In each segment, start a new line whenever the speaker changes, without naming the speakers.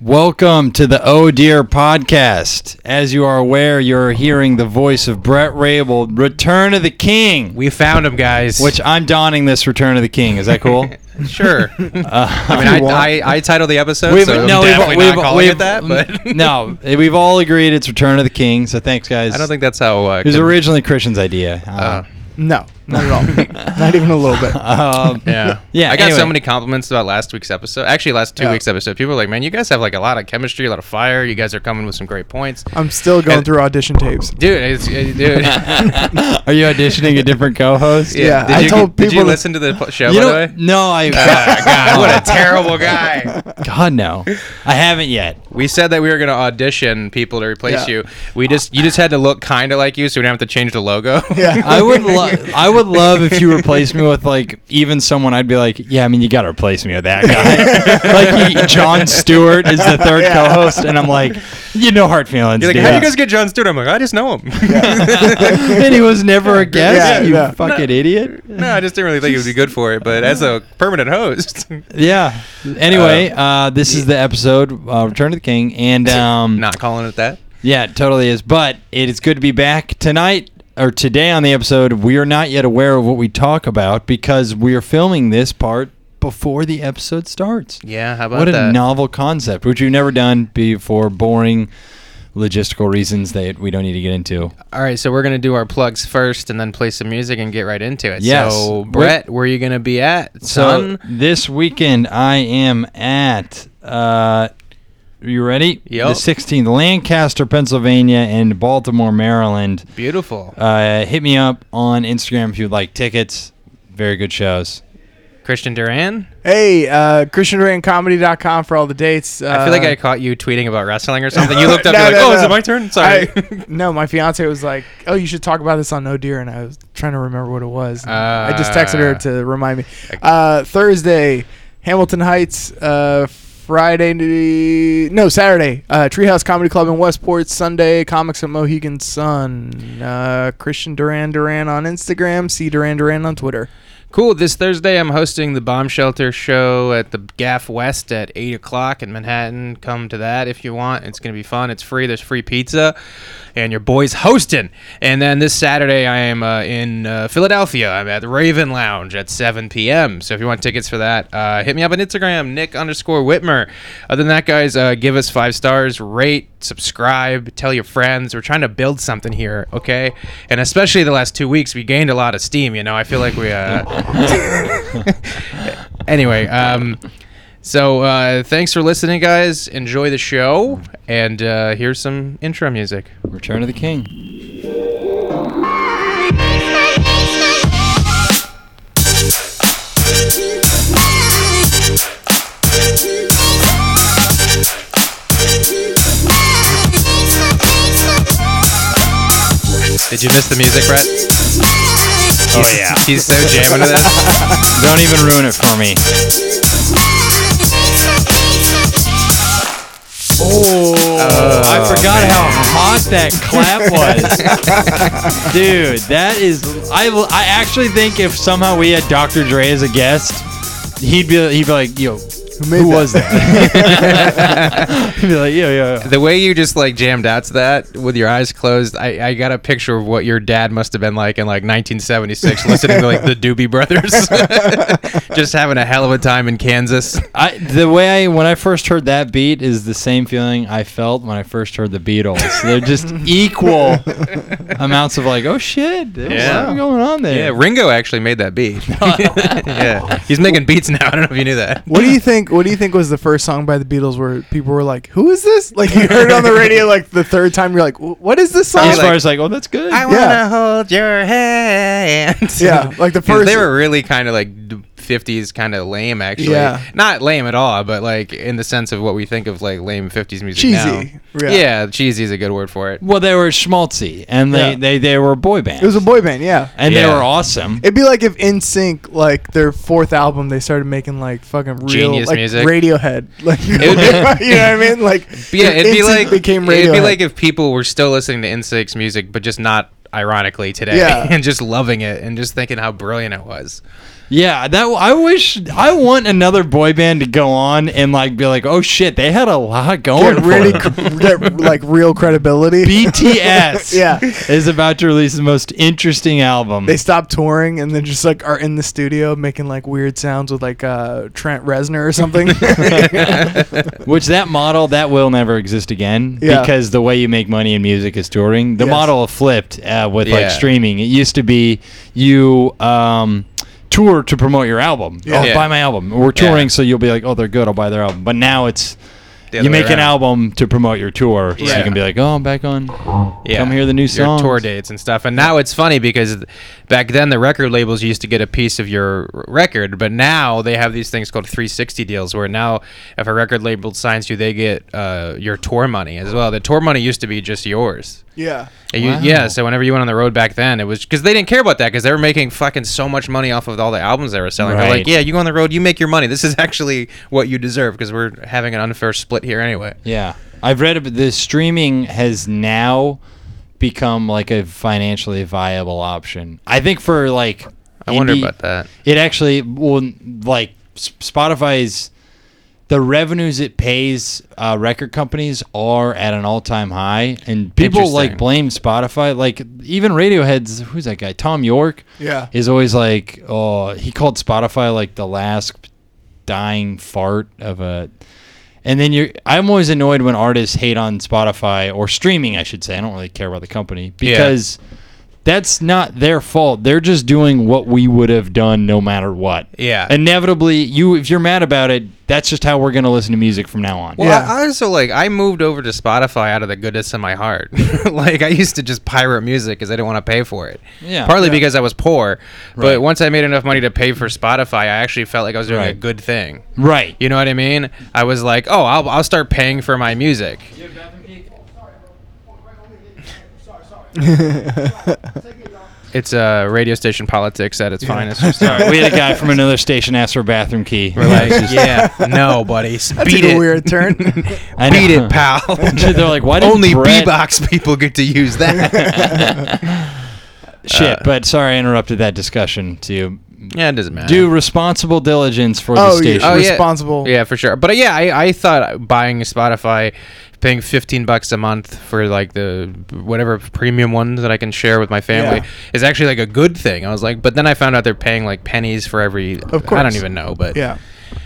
Welcome to the Oh Dear podcast. As you are aware, you're hearing the voice of Brett Rabel, Return of the King,
We found him, guys.
which I'm donning this Return of the King. Is that cool?
sure. Uh, I mean, I, I, I titled the episode,
We've-
so no,
we've-
definitely
we've-
not calling
we've-
it that. But
no, we've all agreed it's Return of the King. So thanks, guys.
I don't think that's how. Uh,
it was originally Christian's idea.
uh,
No, not at all. not even a little bit.
um,
yeah, Oh.
Yeah,
I got so
anyway.
many compliments about last week's episode. Actually, last two
Yeah.
weeks episode, people were like, "Man, you guys have like a lot of chemistry, a lot of fire. You guys are coming with some great points."
I'm still going
And-
through audition tapes.
Dude, it's, uh, dude.
Are you auditioning a different co-host?
Yeah,
Did
I
you,
told
Did you
people to-
listen to the po- show
You
by the
know,
way?
no, I.
Ah, God, what a terrible guy.
God no, I haven't yet.
We said that we were going to audition people to replace
Yeah.
you. We just you just had to look kind of like you, so we don't have to change the logo.
Yeah.
I would love. I would love if you replaced me with like even someone. I'd be like, yeah. I mean, you got to replace me with that guy. like he, John Stewart is the third
Yeah.
co-host, and I'm like, you know, hard feelings.
You're like,
dude.
how do you guys get John Stewart? I'm like, I just know him.
and he was never a guest.
Yeah,
you
yeah.
fucking idiot.
no, I just didn't really think it would be good for it. But as a permanent host,
Yeah. Anyway, uh, this is the episode uh, Return of the King, and um,
not calling it that.
Yeah, it totally is. But it is good to be back tonight or today on the episode. We are not yet aware of what we talk about because we are filming this part before the episode starts.
Yeah, how about
What a
that?
novel concept, which we've never done before. Boring logistical reasons that we don't need to get into.
All right, so we're gonna do our plugs first, and then play some music and get right into it.
Yes.
So, Brett, where are you gonna be at,
So
son?
this weekend I am at uh you ready?
Yup.
The 16th, Lancaster, Pennsylvania, and Baltimore, Maryland.
Beautiful.
Uh, hit me up on Instagram if you'd like tickets. Very good shows.
Christian Duran.
Hey, uh, ChristianRandComedy.com for all the dates. Uh,
I feel like I caught you tweeting about wrestling or something. You looked up,
No,
you're like,
no,
oh, is
no.
it my turn? Sorry.
I- no, my fiance was like, "Oh, you should talk about this on No Deer," and I was trying to remember what it was. And I just texted her
Ah.
to remind me. Uh, Thursday, Hamilton Heights. Uh, Friday, no, Saturday, uh, Treehouse Comedy Club in Westport. Sunday, Comics at Mohegan Sun. Uh, Christian Duran Duran on Instagram. C Duran Duran on Twitter.
Cool. This Thursday, I'm hosting the Bomb Shelter show at the Gaff West at 8 o'clock in Manhattan. Come to that if you want. It's going to be fun. It's free. There's free pizza. And your boy's hosting. And then this Saturday, I am uh, in uh, Philadelphia. I'm at the Raven Lounge at 7 p.m. So if you want tickets for that, uh, hit me up on Instagram, Nick underscore Whitmer. Other than that, guys, uh, give us five stars, rate, subscribe, tell your friends. We're trying to build something here, okay? And especially the last two weeks, we gained a lot of steam. You know, I feel like we. Uh... anyway, um, so uh, thanks for listening, guys. Enjoy the show, and uh, here's some intro music.
Return of the King.
Did you miss the music, Brett? Oh yeah, he's so jamming to this.
Don't even ruin it for me. I forgot how hot that clap was. Dude, that is I I actually think if somehow we had Dr. Dre as a guest, he'd be he'd be like, "Yo, who,
made that?"
was that?" he'd be like, "Yo, yo." yo.
The way you just like jammed out to that with your eyes closed, I, I got a picture of what your dad must have been like in like 1976, listening to like the Doobie Brothers, just having a hell of a time in Kansas.
I the way I when I first heard that beat is the same feeling I felt when I first heard the Beatles. They're just equal amounts of like, oh shit, there's
Yeah.
something going on
Yeah,
there.
Ringo actually made that beat. yeah, he's making beats now. I don't know if you knew that.
What do you think? What do you think was the first song by the Beatles where people were like, "Who is this?" Like you heard it on the radio, like the third time, you're like, "Wh- "What is this song?"
as
like-
far as like, oh that's good.
I wanna
Yeah.
hold your hand.
Yeah, like the
'Cause
first-
They were really kind of like d- 50s, kind of lame actually.
Yeah.
Not lame at all, but like in the sense of what we think of like lame 50s music
Cheesy,
now.
yeah.
Yeah. cheesy is a good word for it.
well, they were schmaltzy and they,
Yeah.
they, they were a boy band.
it was a boy band, yeah.
and they
Yeah.
were awesome.
It'd be like if In Sync, like their fourth album, they started making like fucking real
Genius
like
music.
Radiohead. Like you
It would
know, you know what I mean? Like
Yeah, it'd be
NSYNC
like
became Radiohead.
it'd be like if people were still listening to Insects music, but just not ironically today,
Yeah.
and just loving it and just thinking how brilliant it was.
Yeah, that I wish I want another boy band to go on and like be like, oh shit, they had a lot going.
Get really
for them.
cr- get like real credibility.
BTS
Yeah.
is about to release the most interesting album.
they stop touring and then just like are in the studio making like weird sounds with like uh Trent Reznor or something.
Which that model that will never exist again
Yeah.
because the way you make money in music is touring. The
Yes.
model flipped uh, with
Yeah.
like streaming. It used to be you um, tour to promote your album.
Yeah.
Oh,
Yeah.
buy my album. We're touring, so you'll be like, oh, they're good. I'll buy their album. But now it's
The
you
other way
make an
around.
album to promote your tour, so
Yeah.
you can be like, oh, I'm back on. Come hear the new
your tour
songs.
dates and stuff. And now it's funny because back then the record labels used to get a piece of your r- record, but now they have these things called 360 deals where now if a record label signs you, they get uh, your tour money as well. The tour money used to be just yours.
yeah.
And you-
Wow.
Yeah, so whenever you went on the road back then, it was because they didn't care about that because they were making fucking so much money off of all the albums they were selling. They're like,
Right.
yeah, you go on the road, you make your money. This is actually what you deserve because we're having an unfair split here anyway.
Yeah, I've read about the streaming has now become like a financially viable option. I think for like
I wonder
indie-
about that.
It actually will like S- Spotify's the revenues it pays uh, record companies are at an all-time high, and people
Interesting.
like blame Spotify. Like even Radiohead's who's that guy Tom York
Yeah.
is always like, oh, he called Spotify like the last dying fart of a. And then you're, I'm always annoyed when artists hate on Spotify or streaming, I should say. I don't really care about the company because that's not their fault. They're just doing what we would have done no matter what.
Yeah.
Inevitably, you if you're mad about it, that's just how we're going to listen to music from now on.
Well,
Yeah.
I, I also like I moved over to Spotify out of the goodness of my heart. like I used to just pirate music because I didn't want to pay for it.
Yeah.
Partly
Yeah.
because I was poor,
Right.
but once I made enough money to pay for Spotify, I actually felt like I was doing a
Right.
good thing.
Right.
You know what I mean? I was like, oh, I'll, I'll start paying for my music. It's uh, radio station politics at its finest. I'm sorry.
Sorry, we had a guy from another station ask for a bathroom key.
We're like, yeah, no, buddy, s- beat
Took
it.
a weird turn.
I
Beat
know.
it, pal.
They're like, why did
Only
Brett-
B-box people get to use that.
Shit,
Uh,
but sorry I interrupted that discussion to you.
yeah, it doesn't matter.
Do responsible diligence for the
oh, you
station.
Oh, yeah.
responsible.
Yeah, for sure. But uh, yeah, I, I thought buying Spotify, paying 15 bucks a month for like the whatever premium ones that I can share with my family
Yeah.
is actually like a good thing. I was like, but then I found out they're paying like pennies for every.
Of
I don't
course.
even know, but
Yeah.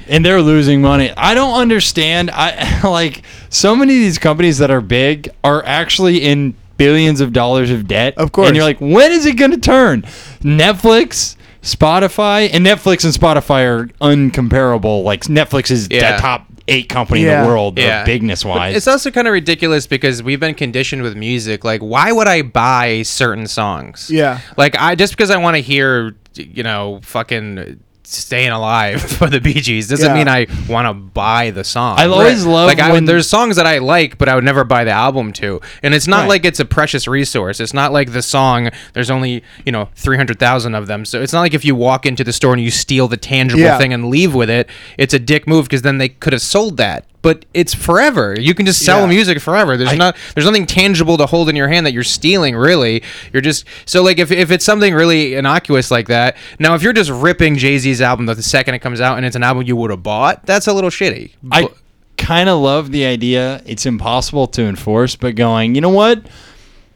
And they're losing money. I don't understand. I like so many of these companies that are big are actually in billions of dollars of debt.
Of course.
And you're like, when is it going to turn? Netflix, Spotify, and Netflix and Spotify are uncomparable. Like Netflix is
Yeah.
the top 8 company in
Yeah.
the world
Yeah.
bigness wise.
It's also kind of ridiculous because we've been conditioned with music. Like, why would I buy certain songs?
Yeah.
Like, I just because I want to hear, you know, fucking staying alive for the Bee Gees doesn't
Yeah.
mean I want to buy the song.
I always love
like I
when-
would, there's songs that I like, but I would never buy the album to. And it's not
Right.
like it's a precious resource. It's not like the song. There's only you know 300,000 of them, so it's not like if you walk into the store and you steal the tangible
Yeah.
thing and leave with it, it's a dick move because then they could have sold that. But it's forever. You can just sell
Yeah.
music forever. There's not there's nothing tangible to hold in your hand that you're stealing really. You're just so like if, if it's something really innocuous like that. Now if you're just ripping Jay-Z's album the second it comes out and it's an album you would have bought, that's a little shitty.
I
Bu-
kind of love the idea. It's impossible to enforce, but going, you know what?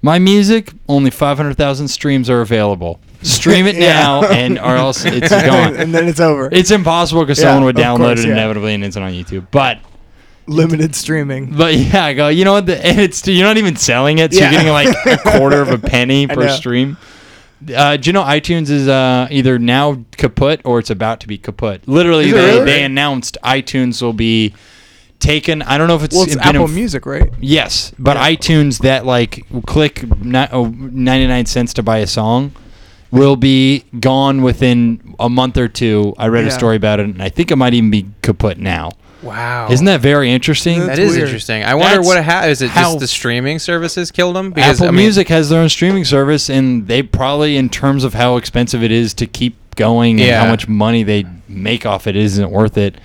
My music, only 500,000 streams are available. Stream it
Yeah.
now, and or else it's gone.
and then it's over.
It's impossible because
Yeah,
someone would
of
download
course,
it
yeah.
inevitably, and it's on YouTube. But
Limited streaming.
but yeah, I go. You know what? The, and it's you're not even selling it, so
Yeah.
you're getting like a quarter of a penny
I
per
know.
stream. Uh, do you know iTunes is uh, either now kaput or it's about to be kaput? Literally,
Is it
they,
really?
they announced iTunes will be taken. I don't know if it's,
Well, it's
been
Apple
enf-
Music, right?
Yes, but iTunes that like click ni- oh, 99 cents to buy a song will be gone within a month or two. I read a
Yeah.
story about it, and I think it might even be kaput now.
wow.
Oh.
Isn't that very interesting?
That
That's
is
weird.
interesting. I wonder
That's
what ha- is it
how-
just the streaming services killed them
Apple Music has their own streaming service, and they probably, in terms of how expensive it is to keep going and
Yeah.
how much money they make off it, isn't worth it.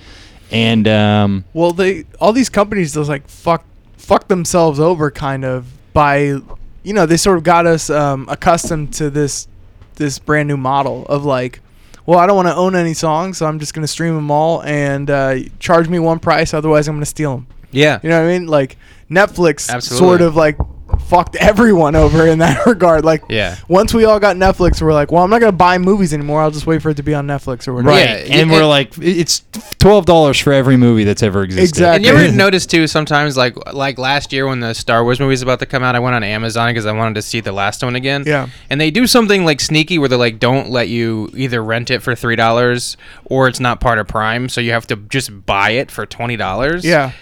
And um,
Well, they all these companies just like fuck fuck themselves over kind of by you know they sort of got us um, accustomed to this this brand new model of like well, I don't want to own any songs, so I'm just going to stream them all and uh, charge me one price. Otherwise, I'm going to steal them.
Yeah.
You know what I mean? Like Netflix
Absolutely.
sort of like fucked everyone over in that regard. Like
Yeah.
once we all got Netflix, we're like, well, I'm not gonna buy movies anymore. I'll just wait for it to be on Netflix or whatever.
Right.
Yeah,
and
it-
we're like, it's twelve dollars for every movie that's ever existed.
Exactly.
And you ever notice too? Sometimes, like like last year when the Star Wars movie was about to come out, I went on Amazon because I wanted to see the last one again.
Yeah.
And they do something like sneaky where they like don't let you either rent it for three dollars or it's not part of Prime, so you have to just buy it for twenty dollars.
Yeah.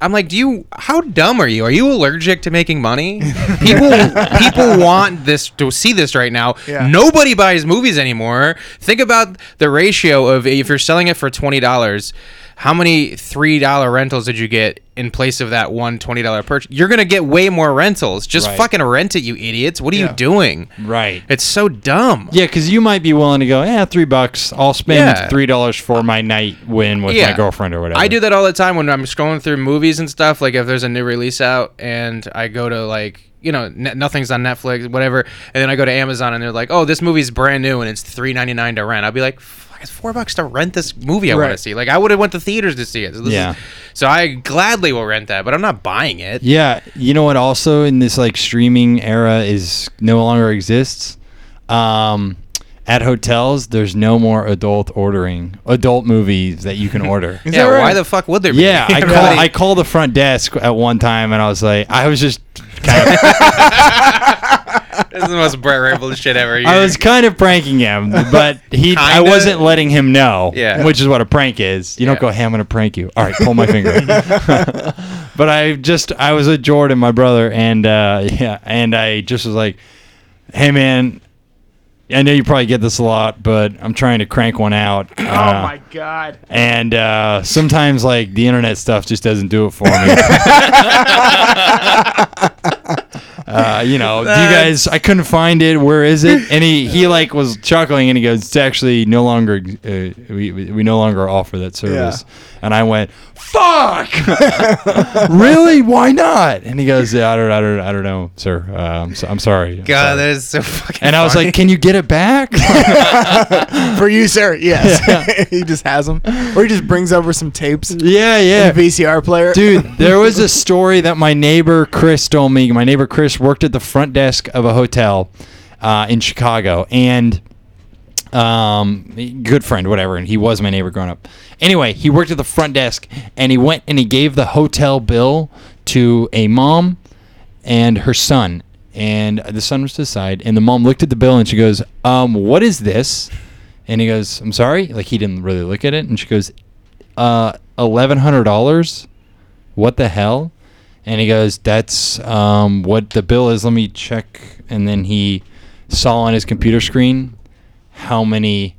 I'm like, do you? How dumb are you? Are you allergic to making money? People, people want this to see this right now.
Yeah.
Nobody buys movies anymore. Think about the ratio of if you're selling it for twenty dollars, how many three dollar rentals did you get in place of that one twenty dollar purchase? You're gonna get way more rentals. Just
Right.
fucking rent it, you idiots. What are
Yeah.
you doing?
Right.
It's so dumb.
Yeah, because you might be willing to go, yeah, three bucks. I'll spend
Yeah.
three dollars for my night win with
Yeah.
my girlfriend or whatever.
I do that all the time when I'm scrolling through movies and stuff. Like if there's a new release out and I go to like you know n- nothing's on Netflix, whatever, and then I go to Amazon and they're like, oh, this movie's brand new and it's three ninety nine to rent. I'll be like. "Fuck, It's four bucks to rent this movie I want to
Right.
see. Like I would have went to theaters to see it. So this
Yeah.
Is, so I gladly will rent that, but I'm not buying it.
Yeah, you know what? Also, in this like streaming era, is no longer exists. Um, at hotels, there's no more adult ordering adult movies that you can order.
Is
yeah.
that right?
Why the fuck would there be?
Yeah, I call
Really?
I called the front desk at one time, and I was like, I was just kind of,
this is the most Brett Rayful shit ever.
I was kind of pranking him, but he I
Kinda.
wasn't letting him know,
Yeah.
which is what a prank is. You
Yeah.
don't go, "Hey, I'm gonna prank you." All right, pull my finger. but I just I was with Jordan, my brother, and uh, yeah, and I just was like, "Hey, man." I know you probably get this a lot, but I'm trying to crank one out. Oh my god! And uh, sometimes, like the internet stuff, just doesn't do it for me. uh, you know, do you guys, I couldn't find it. Where is it? And he, he like was chuckling and he goes, it's actually no longer, uh, we, we we no longer offer that service. And I went, fuck, really? Why not? And he goes, yeah, I don't, I don't, I don't know, sir. Uh, I'm, so, I'm sorry. I'm
God,
sorry."
that is so fucking.
and I was
funny.
like, can you get it back?
For you, sir. Yes. he just has them, or he just brings over some tapes, and
yeah,
a
yeah.
VCR player.
Dude, there was a story that my neighbor Chris told me. My neighbor Chris worked at the front desk of a hotel uh, in Chicago, and um, good friend, whatever. And he was my neighbor growing up. Anyway, he worked at the front desk, and he went and he gave the hotel bill to a mom and her son. And the son was to the side, and the mom looked at the bill and she goes, "Um, what is this?" And he goes, "I'm sorry." Like he didn't really look at it, and she goes, "Uh, eleven hundred dollars." what the hell? And he goes, that's um, what the bill is. Let me check. And then he saw on his computer screen how many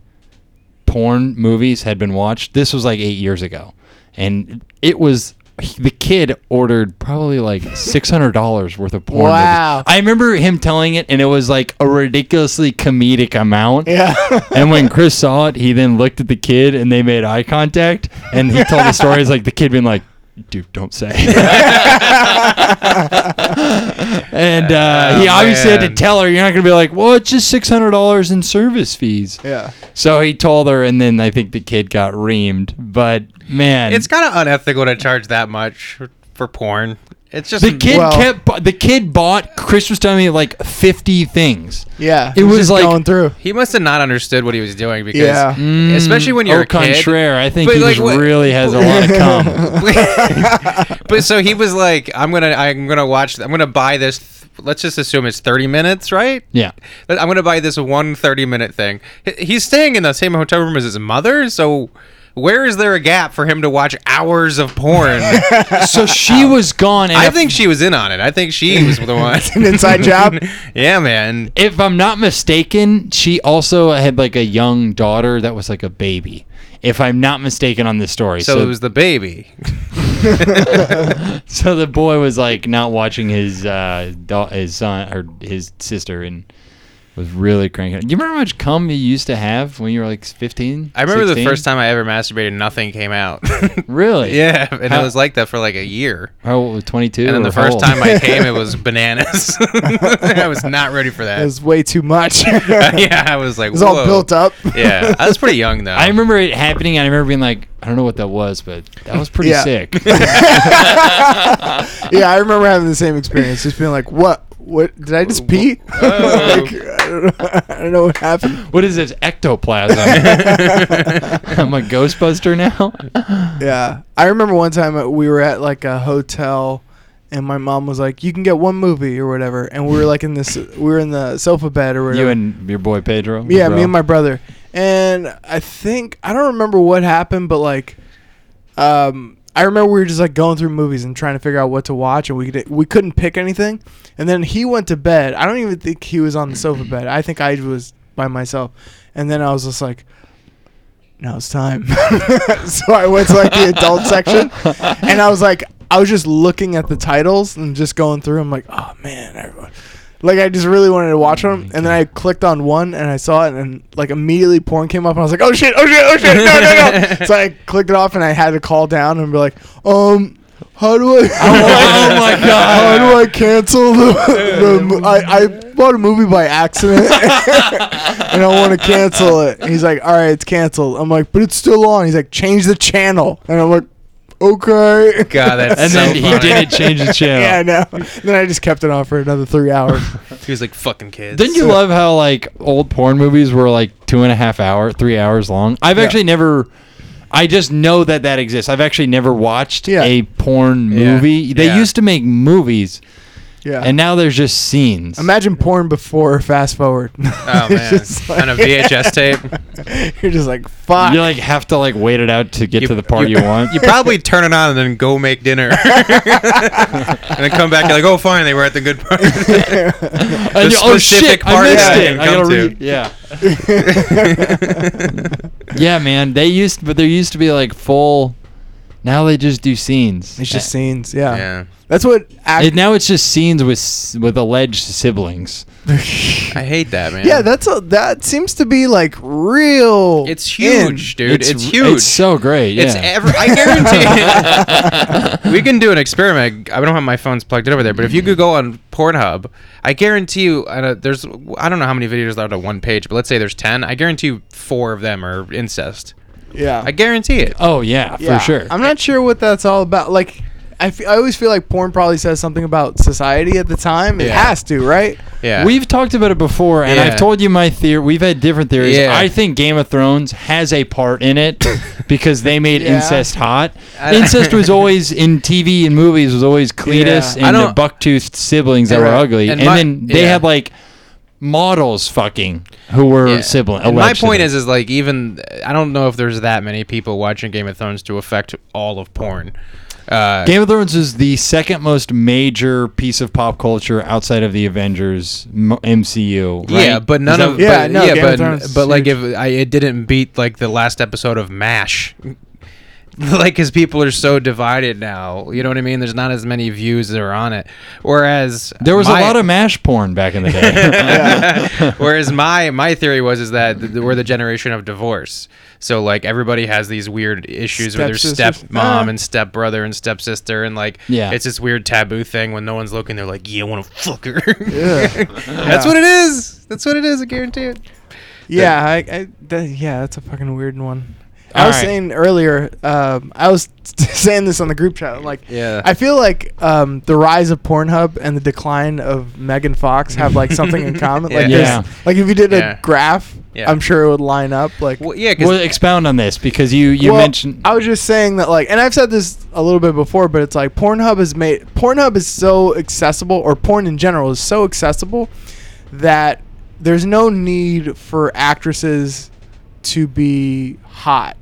porn movies had been watched. This was like eight years ago. And it was the kid ordered probably like $600 worth of porn. movies.
Wow.
I remember him telling it, and it was like a ridiculously comedic amount
Yeah.
and when Chris saw it, he then looked at the kid and they made eye contact. And he told the story. He's like, the kid being like, dude, don't say. and uh, he
Oh,
obviously had to
man.
tell her, you're not going to be like, well, it's just $600 in service fees.
yeah.
So he told her, and then I think the kid got reamed. But man,
it's kind of unethical to charge that much for porn. It's just
the kid
Well-
kept, bu- the kid bought, Chris was telling me like 50 things.
Yeah.
It
He's
was
just
like-
going through.
He must have not understood what he was doing because,
Yeah.
Mm. especially when you're
Mm. Au
a kid.
contraire, I think
But,
he
like,
just
what-
really has a lot of cum.
but so he was like, "I'm gonna, I'm gonna watch, I'm gonna buy this. th- Let's just assume it's 30 minutes, right?
Yeah.
But I'm gonna buy this one 30 minute thing. H- He's staying in the same hotel room as his mother, so where is there a gap for him to watch hours of porn?
So she was gone. And
I
if-
think she was in on it. I think she was the one.
An inside job.
yeah, man.
if I'm not mistaken, she also had like a young daughter that was like a baby. If I'm not mistaken on this story, so
So it was the baby.
so the boy was like not watching his uh, da- his son or his sister and was really cranking. it. You remember how much cum you used to have when you were like 15?
I remember the first time I ever masturbated, nothing came out.
Really?
yeah, and
How-
it was like that for like a year.
How old was 22?
And then
or
the first
old?
time I uh, came, it was bananas. I was not ready for that.
It was way too much. it
yeah, I was like,
was all
"Whoa."
built up.
yeah, I was pretty young though.
I remember it happening. And I remember being like, I don't know what that was, but that was pretty
Yeah.
sick.
yeah, I remember having the same experience. Just being like, "What? What? Did I just pee? like, I, don't know, I don't know what happened."
what is this ectoplasm? I'm a Ghostbuster now.
Yeah, I remember one time uh, we were at like a hotel, and my mom was like, "You can get one movie or whatever," and we were like in this, we were in the sofa bed or whatever.
you and your boy Pedro.
yeah,
bro.
me and my brother, and I think I don't remember what happened, but like, um, I remember we were just like going through movies and trying to figure out what to watch, and we did, we couldn't pick anything, and then he went to bed. I don't even think he was on the sofa bed. I think I was by myself, and then I was just like. Now it's time. so I went to like the adult section, and I was like, I was just looking at the titles and just going through. I'm like, oh man, everyone. Like I just really wanted to watch them, and then I clicked on one and I saw it, and like immediately porn came up, and I was like, oh shit, oh shit, oh shit, no, no, no. so I clicked it off, and I had to call down and be like, um. How do
Oh
I?
my God.
How do I cancel the? the mo- I, I bought a movie by accident, and I want to cancel it. And he's like, all right, it's canceled. I'm like, but it's still on. He's like, change the channel. And I'm like, okay.
God, that's
And
so
then he
funny.
didn't change the channel.
yeah, I know. Then I just kept it on for another three hours.
He was like, "Fucking kids."
Didn't you love how like old porn movies were like two and a half hour, three hours long? I've
Yeah.
actually never. I just know that that exists. I've actually never watched
Yeah.
a porn
Yeah.
movie. They
Yeah.
used to make movies,
Yeah.
and now there's just scenes.
Imagine porn before fast forward.
Oh man, on a VHS tape.
You're just like, fuck.
you like have to like wait it out to get
You-
to the part you, want.
You probably turn it on and then go make dinner, and then come back. You're like, "Oh, fine, they were at the good part."
And you- oh
specific
shit! I
part
missed
that
it.
you
I
come
gotta
to.
read. Yeah. yeah, man. They used, but there used to be like full. Now they just do scenes.
it's just scenes. Yeah.
yeah,
That's what. Act-
It, now it's just scenes with s- with alleged siblings.
I hate that, man.
yeah, that's a, that seems to be like real.
it's huge,
in.
dude. It's, huge.
It's so great. Yeah.
It's ever. I guarantee. we can do an experiment. I don't have my phones plugged in over there, but if you could go on Pornhub, I guarantee you. I don't- There's. I don't know how many videos are on one page, but let's say there's ten. I guarantee you four of them are incest.
Yeah.
I guarantee it.
oh yeah,
Yeah.
for sure.
I'm not sure what that's all about. Like, I fe- I always feel like porn probably says something about society at the time. It
Yeah.
has to, right?
Yeah.
We've talked about it before, and
Yeah.
I've told you my theory. We've had different theories.
Yeah.
I think Game of Thrones has a part in it because they made
Yeah.
incest hot.
I-
incest was always in TV and movies was always Cletus
I
Yeah.
and the
don't-
buck-toothed siblings that
Yeah.
were ugly,
And
and,
my-
then they
yeah.
had like models fucking who were
Yeah.
sibling.
And my
alleged
point
siblings.
is, is like even I don't know if there's that many people watching Game of Thrones to affect all of porn. Uh,
Game of Thrones is the second most major piece of pop culture outside of the Avengers m- MCU. Right?
Yeah, but none
Is that-
of
Yeah,
but,
no,
yeah,
Game of
but,
Thrones is
but like if I, it didn't beat like the last episode of Mash, like because people are so divided now. You know what I mean? There's not as many views that are on it. Whereas
there was
my-
a lot of mash porn back in the day.
Whereas my my theory was is that th- we're the generation of divorce. So like everybody has these weird issues with their
Stepsisters.
stepmom
Ah.
and stepbrother and stepsister and like
Yeah.
it's this weird taboo thing when no one's looking. They're like, yeah, I want to fuck her.
Yeah.
That's what it is. That's what it is. I guarantee it.
yeah. I, I, that, yeah. That's a fucking weird one. I
All
was
right.
saying earlier. Um, I was saying this on the group chat. Like,
Yeah.
I feel like um, the rise of Pornhub and the decline of Megan Fox have like something in common. Like,
Yeah.
there's- Like if you did
Yeah.
a graph,
Yeah.
I'm sure it would line up. Like,
Well, yeah, 'cause-
well, expound on this because you you
Well,
mentioned
I was just saying that, like, and I've said this a little bit before, but it's like Pornhub is made. Pornhub is so accessible, or porn in general is so accessible that there's no need for actresses to be hot,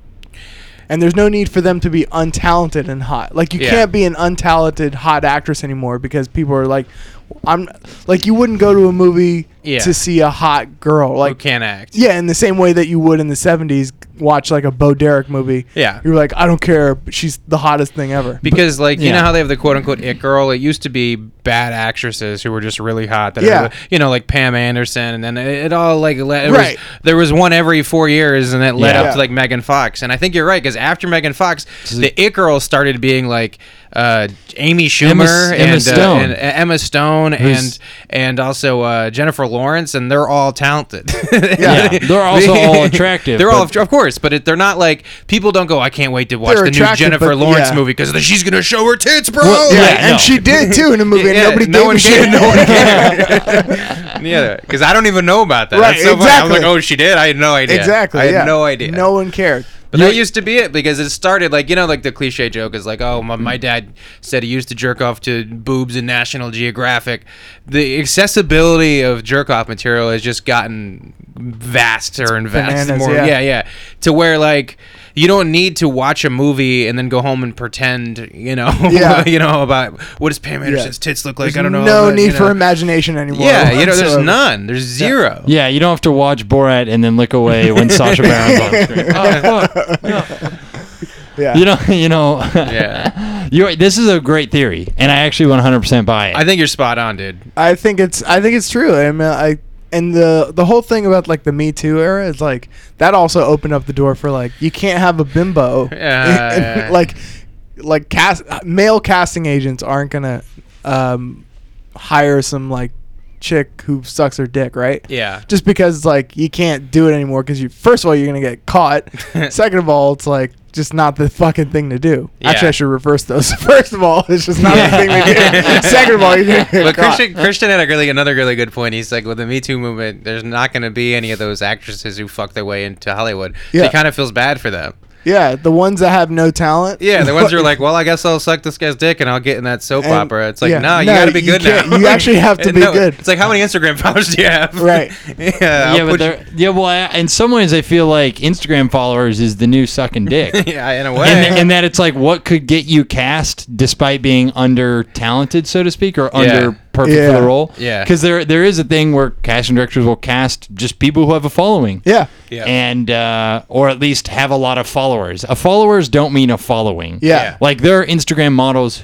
and there's no need for them to be untalented and hot. Like you
Yeah.
can't be an untalented hot actress anymore because people are like, I'm like you wouldn't go to a movie
Yeah.
to see a hot girl.
Like, who
Like
can't act.
yeah, in the same way that you would in the '70s watch like a Bo Derek movie.
Yeah.
You're like, I don't care. but She's the hottest thing ever.
Because like you
yeah.
know how they have the quote unquote it girl. It used to be bad actresses who were just really hot. That
Yeah.
everybody- you know like Pam Anderson, and then it, it all like le- it
Right.
was, there was one every four years, and it led
Yeah.
up to like Megan Fox. And I think you're right because after Megan Fox, the it girl started being like uh, Amy
Emma
Schumer
S- Emma
and, uh,
Stone.
and, uh, Emma Stone
Who's-
and and also uh, Jennifer Lawrence, and they're all talented.
Yeah. They're also all attractive,
They're all
but-
attra- of course, but it, they're not like people don't go. I can't wait to watch
They're
the new
attractive,
Jennifer
but-
Lawrence
yeah.
movie because then she's gonna show her tits, bro.
Well,
yeah,
yeah,
and
no.
she did too in a movie, and
Oh, Yeah,
nobody
no
gave
one
a
gave-
shit.
no one cared. yeah, because I don't even know about that.
Right,
That's so funny. I was
exactly.
like, oh, she did. I had no idea.
Exactly.
I had
yeah.
no idea.
No one cared.
But that used to be it because it started like you know like the cliche joke is like oh my, my dad said he used to jerk off to boobs in National Geographic. The accessibility of jerk off material has just gotten vaster and vast
Bananas,
more
yeah.
yeah. yeah to where like you don't need to watch a movie and then go home and pretend you know
Yeah.
you know about what does Pam Anderson's tits look like I don't know
No
but,
need
you
for
know.
imagination anymore.
yeah you know there's
whatsoever.
none there's zero
Yeah, you don't have to watch Borat and then look away when Sasha Baron's on screen. Oh, fuck.
Yeah.
You know, you know,
yeah
you this is a great theory, and I actually 100% buy it.
I think you're spot on dude
I think it's I think it's true. I mean, I and the the whole thing about like the Me Too era is like that also opened up the door for like you can't have a bimbo.
Yeah.
like like cast male casting agents aren't gonna um, hire some like chick who sucks her dick, right?
yeah
Just because like you can't do it anymore because you first of all you're gonna get caught. Second of all, it's like just not the fucking thing to do. Actually,
Yeah.
I should reverse those. First of all, it's just not the thing to do. Second of all, you're gonna get
but
caught.
Christian, Christian had a really another really good point. He's like, with the Me Too movement, there's not going to be any of those actresses who fuck their way into Hollywood. So
Yeah.
he kind of feels bad for them.
Yeah, the ones that have no talent.
Yeah, the ones who are like, well, I guess I'll suck this guy's dick and I'll get in that soap
And-
opera. It's like,
yeah.
no, you
No,
got to be
you
good
can't.
now.
You actually have to
And
be good.
It's like, how many Instagram followers do you have?
Right.
yeah.
yeah,
I'll
but
put you-
they're, yeah, well, I, in some ways, I feel like Instagram followers is the new sucking dick.
yeah, in a way.
and, th- and that it's like what could get you cast despite being under talented, so to speak, or under
Yeah.
perfect for
Yeah.
the role.
Yeah.
because there there is a thing where casting directors will cast just people who have a following.
Yeah.
Yeah.
and uh, or at least have a lot of followers. A followers don't mean a following.
Yeah.
like there are Instagram models.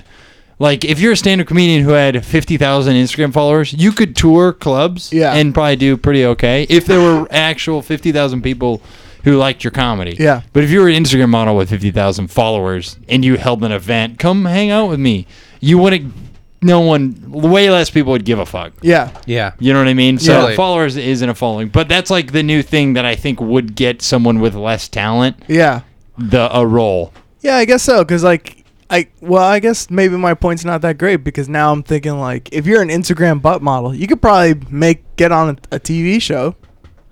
Like if you're a stand-up comedian who had fifty thousand Instagram followers, you could tour clubs
Yeah.
and probably do pretty okay if there were actual fifty thousand people who liked your comedy.
Yeah.
But if you were an Instagram model with fifty thousand followers and you held an event, come hang out with me. You wouldn't. No one. Way less people would give a fuck.
Yeah.
yeah.
You know what I mean? So
Totally.
followers isn't a following, but that's like the new thing that I think would get someone with less talent
Yeah.
the a role.
Yeah, I guess so. Cause like, I well, I guess maybe my point's not that great because now I'm thinking like, if you're an Instagram butt model, you could probably make get on a, a TV show,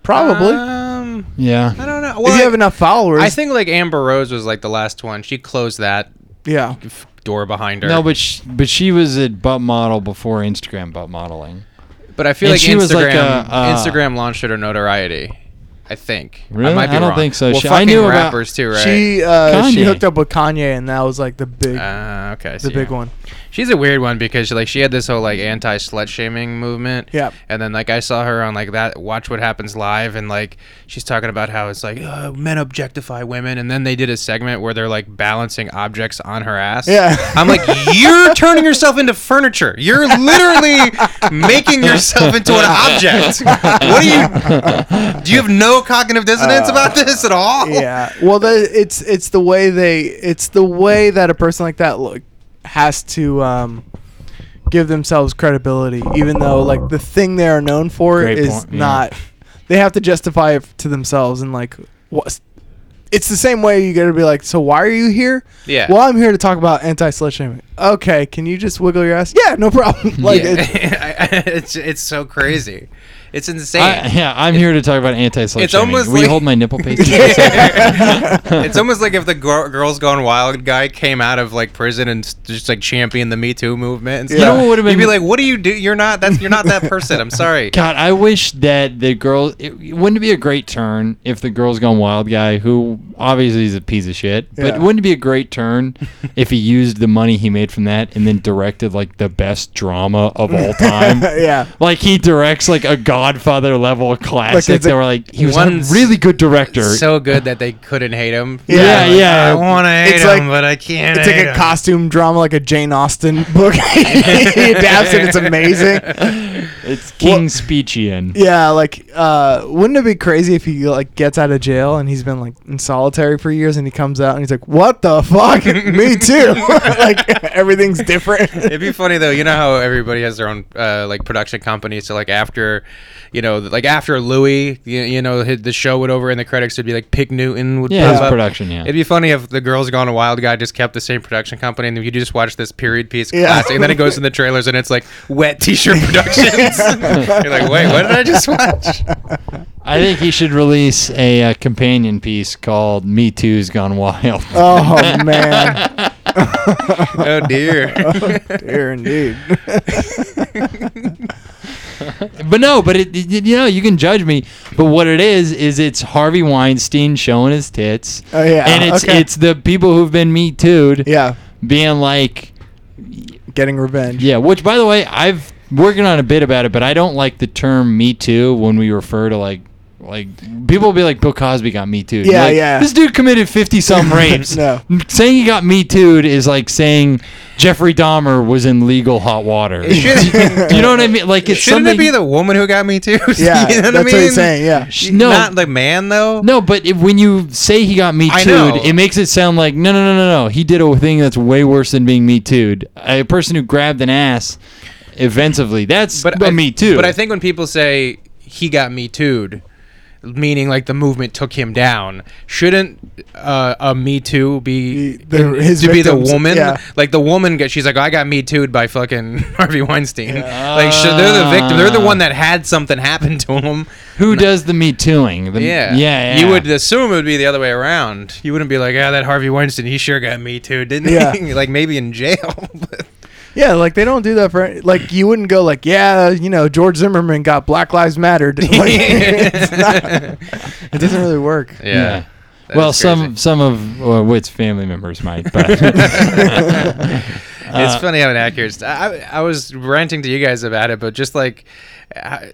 probably
Um, I
Yeah.
don't know.
if
Well,
you have enough followers.
I think like Amber Rose was like the last one. She closed that
Yeah.
f- door behind her.
No, but she, but she was a butt model before Instagram butt modeling.
But I feel
And
like
she
Instagram,
was like a, uh,
Instagram launched her to notoriety. I think.
Really?
I might be
I don't
wrong.
think so.
Well,
She- I
fucking
knew about-
rappers too, right?
She uh, she
Kanye.
hooked up with Kanye, and that was like the big
Ah, okay. I
the
see.
big one.
She's a weird one because like she had this whole like anti slut shaming movement.
Yep.
And then like I saw her on like that Watch What Happens Live and like she's talking about how it's like uh, men objectify women and then they did a segment where they're like balancing objects on her ass.
Yeah.
I'm like you're turning yourself into furniture. You're literally making yourself into an object. What do you Do you have no cognitive dissonance about this at all?
Uh, yeah. Well, the, it's it's the way they it's the way that a person like that look has to um, give themselves credibility, even though like the thing they are known for
Great
is
point, yeah.
not. They have to justify it to themselves and like what. It's the same way you gotta be like, so why are you here?
Yeah.
Well, I'm here to talk about anti slut shaming. Okay, can you just wiggle your ass? Yeah, no problem. like,
Yeah.
it-
it's it's so crazy. It's insane.
I, yeah, I'm here to talk about anti-slut
It's
shaming.
almost
Will you
like-
hold my nipple paste?
it's almost like if the gir- girls gone wild guy came out of like prison and s- just like championed the Me Too movement. And
You know
stuff.
what would've
You'd be
been-
like, "What do you do? You're not that's you're not that person. I'm sorry."
God, I wish that the girl. It, it wouldn't it be a great turn if the girls gone wild guy, who obviously is a piece of shit,
Yeah.
but wouldn't it be a great turn if he used the money he made made from that, and then directed like the best drama of all time.
yeah.
Like he directs like a Godfather level classic.
it's
they
a-
were like he was
One's
a really good director.
so good that they couldn't hate him.
Yeah,
Like,
yeah.
I want to hate
It's
him,
like-
but I can't.
It's like
uh,
hate
a
him.
costume drama, like a Jane Austen book. he adapts it. It's amazing.
it's King Speechian.
Yeah, like uh, wouldn't it be crazy if he like gets out of jail and he's been like in solitary for years and he comes out and he's like, "What the fuck? Me too." like everything's different.
It'd be funny though. You know how everybody has their own uh, like production company. So like after, you know, like after Louis, you, you know, hit- the show would over and the credits would be like Pig Newton would
Yeah,
pop
his
up.
production. Yeah,
It'd be funny if the Girls Gone Wild guy just kept the same production company and you just watch this period piece
Yeah.
classic, and then it goes in the trailers and it's like Wet T-shirt Productions. You're like, wait, what did I just watch?
I think he should release a uh, companion piece called "Me Too's Gone Wild."
oh man,
Oh dear.
dear indeed.
But no, but it, it- you know you can judge me. But what it is is it's Harvey Weinstein showing his tits.
Oh, yeah.
and it's
Okay.
it's the people who've been Me Too'd
yeah,
being like,
getting revenge.
yeah. Which by the way, I've working on a bit about it, but I don't like the term Me Too when we refer to like. Like people will be like, Bill Cosby got me too.
Yeah, yeah.
This dude committed fifty some rapes.
No.
saying he got me too is like saying Jeffrey Dahmer was in legal hot water.
Shouldn't,
you know what I mean? Like it's
shouldn't
something.
it be the woman who got me too?
Yeah,
you know what
that's
I mean?
what he's saying. Yeah,
Sh- no,
Not the man though.
No, but if, when you say he got me
I
too
know.
it makes it sound like no, no, no, no, no. He did a thing that's way worse than being me too A person who grabbed an ass, eventually, that's
but
but
I,
me too.
But I think when people say he got me too'd, meaning like the movement took him down, shouldn't uh, a me too be
The- the- his
to be
victims,
the woman?
yeah.
Like the woman, got- she's like, I got me too'd by fucking Harvey Weinstein. Like should, they're the victim. They're the one
Ah.
that had something happen to
Mm,
him.
who does the me tooing? The,
Yeah.
yeah,
You
yeah.
would assume it would be the other way around. You wouldn't be like, ah, that Harvey Weinstein, he sure got me too, didn't
Yeah.
he? like maybe in jail. but-
yeah. Like they don't do that for like you wouldn't go like, yeah, you know, George Zimmerman got Black Lives Matter. Like, it's not, it doesn't really work.
Yeah.
That
Well,
is
some
crazy.
some of well, Witt's family members might, but Uh,
it's funny how inaccurate. it's- I, I was ranting to you guys about it, but just like, I,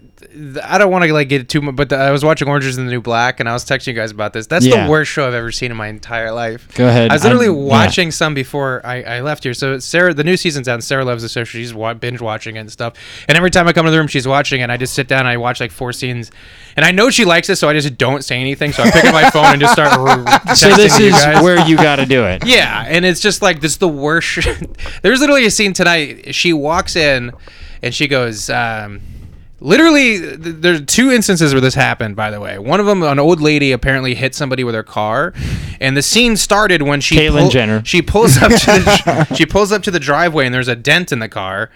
I don't want to like get too much. But the, I was watching Orange Is the New Black, and I was texting you guys about this. That's
Yeah.
the worst show I've ever seen in my entire life.
Go ahead.
I was literally
I'm- yeah.
watching some before I, I left here. So Sarah, the new season's out. And Sarah loves the show. She's wa- binge watching it and stuff. And every time I come to the room, she's watching it. And I just sit down. and I watch like four scenes, and I know she likes it, so I just don't say anything. So I pick up my phone and just start. r-
so
texting
this
you
is
guys.
where you got to do it.
Yeah, and it's just like this is the worst. sh- There's literally a scene tonight. She walks in, and she goes. Um, literally, th- there are two instances where this happened. By the way, one of them, an old lady apparently hit somebody with her car, and the scene started when she
Caitlyn Jenner.
She pulls up. To the, she pulls up to the driveway, and there's a dent in the car.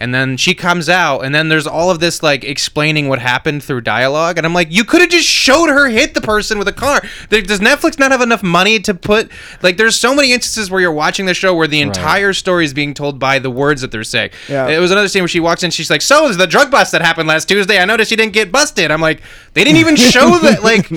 And then she comes out, and then there's all of this like explaining what happened through dialogue, and I'm like, you could have just showed her hit the person with a car. There, does Netflix not have enough money to put like? There's so many instances where you're watching the show where the entire story is being told by the words that they're saying.
Yeah.
It was another scene where she walks in, she's like, "So is the drug bust that happened last Tuesday? I noticed you didn't get busted." I'm like, they didn't even show that. Like,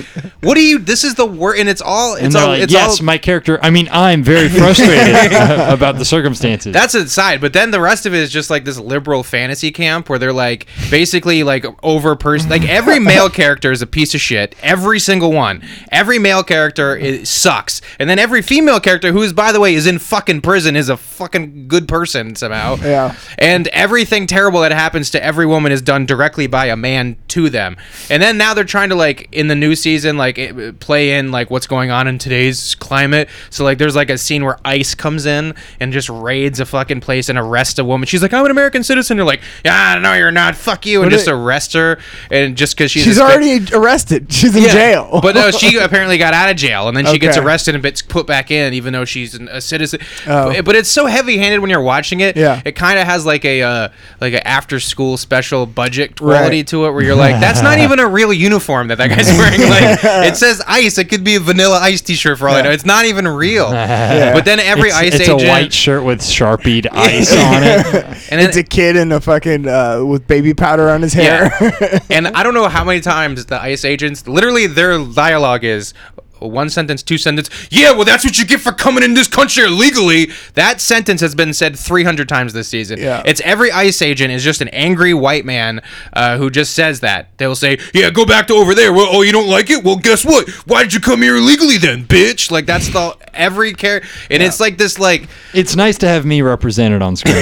what do you? This is the word, and it's all. It's
And they're
all.
like,
it's
yes,
all,
my character. I mean, I'm very frustrated about the circumstances.
That's a side, but then the rest of it is just like this liberal fantasy camp where they're like basically like over person. Like every male character is a piece of shit. Every single one. Every male character is, sucks, and then every female character, who is by the way is in fucking prison, is a fucking good person somehow.
Yeah.
And everything terrible that happens to every woman is done directly by a man to them. And then now they're trying to like in the new season like it, play in like what's going on in today's climate. So like there's like a scene where ICE comes in and just raids a fucking place and arrests a woman. She's like, "I'm an American citizen." They're like, "Yeah, no, you're not. Fuck you," and
But
just
it-
arrest her. And just because she's
She's
a spe-
already arrested. She's in
yeah,
jail.
but no, she apparently got out of jail, and then she gets
Okay.
arrested and gets put back in, even though she's an, a citizen.
Oh.
But, but it's so heavy-handed when you're watching it.
Yeah.
it kind of has like a uh, like an after-school special budget quality
Right.
to it, where you're like, that's not even a real uniform that that guy's wearing. like, it says ice. It could be a vanilla ice T-shirt for all I know. It's not even real. But then every
it's,
ice
it's
agent,
a white shirt with sharpied ice on it.
and then
it's a kid in a fucking uh, with baby powder on his hair.
Yeah. and I don't know how many times the ICE agents, literally their dialogue is, a one sentence, two sentence, yeah, well, that's what you get for coming in this country illegally. That sentence has been said 300 times this season.
Yeah.
It's every ICE agent is just an angry white man uh, who just says that. They'll say, yeah, go back to over there. Well, oh, you don't like it? Well, guess what? Why did you come here illegally then, bitch? Like, that's the every care. And it's like this, like,
It's nice to have me represented on screen.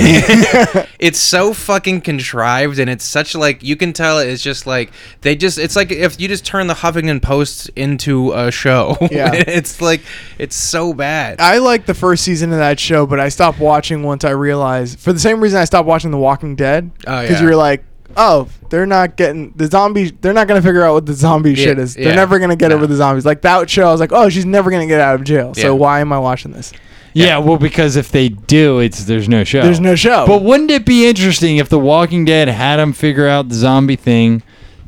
it's so fucking contrived and it's such like you can tell it's just like they just it's like if you just turn the huffington post into a show
Yeah.
it's like it's so bad
I liked the first season of that show, but I stopped watching once I realized for the same reason I stopped watching The Walking Dead.
Oh, yeah.
Because you were like, oh, they're not getting the zombies. They're not gonna figure out what the zombie shit is. They're
yeah.
never gonna get
No.
over the zombies. Like that show, I was like, oh, she's never gonna get out of jail.
Yeah.
So why am I watching this?
yeah, well, because if they do, it's there's no show.
There's no show.
But wouldn't it be interesting if The Walking Dead had them figure out the zombie thing,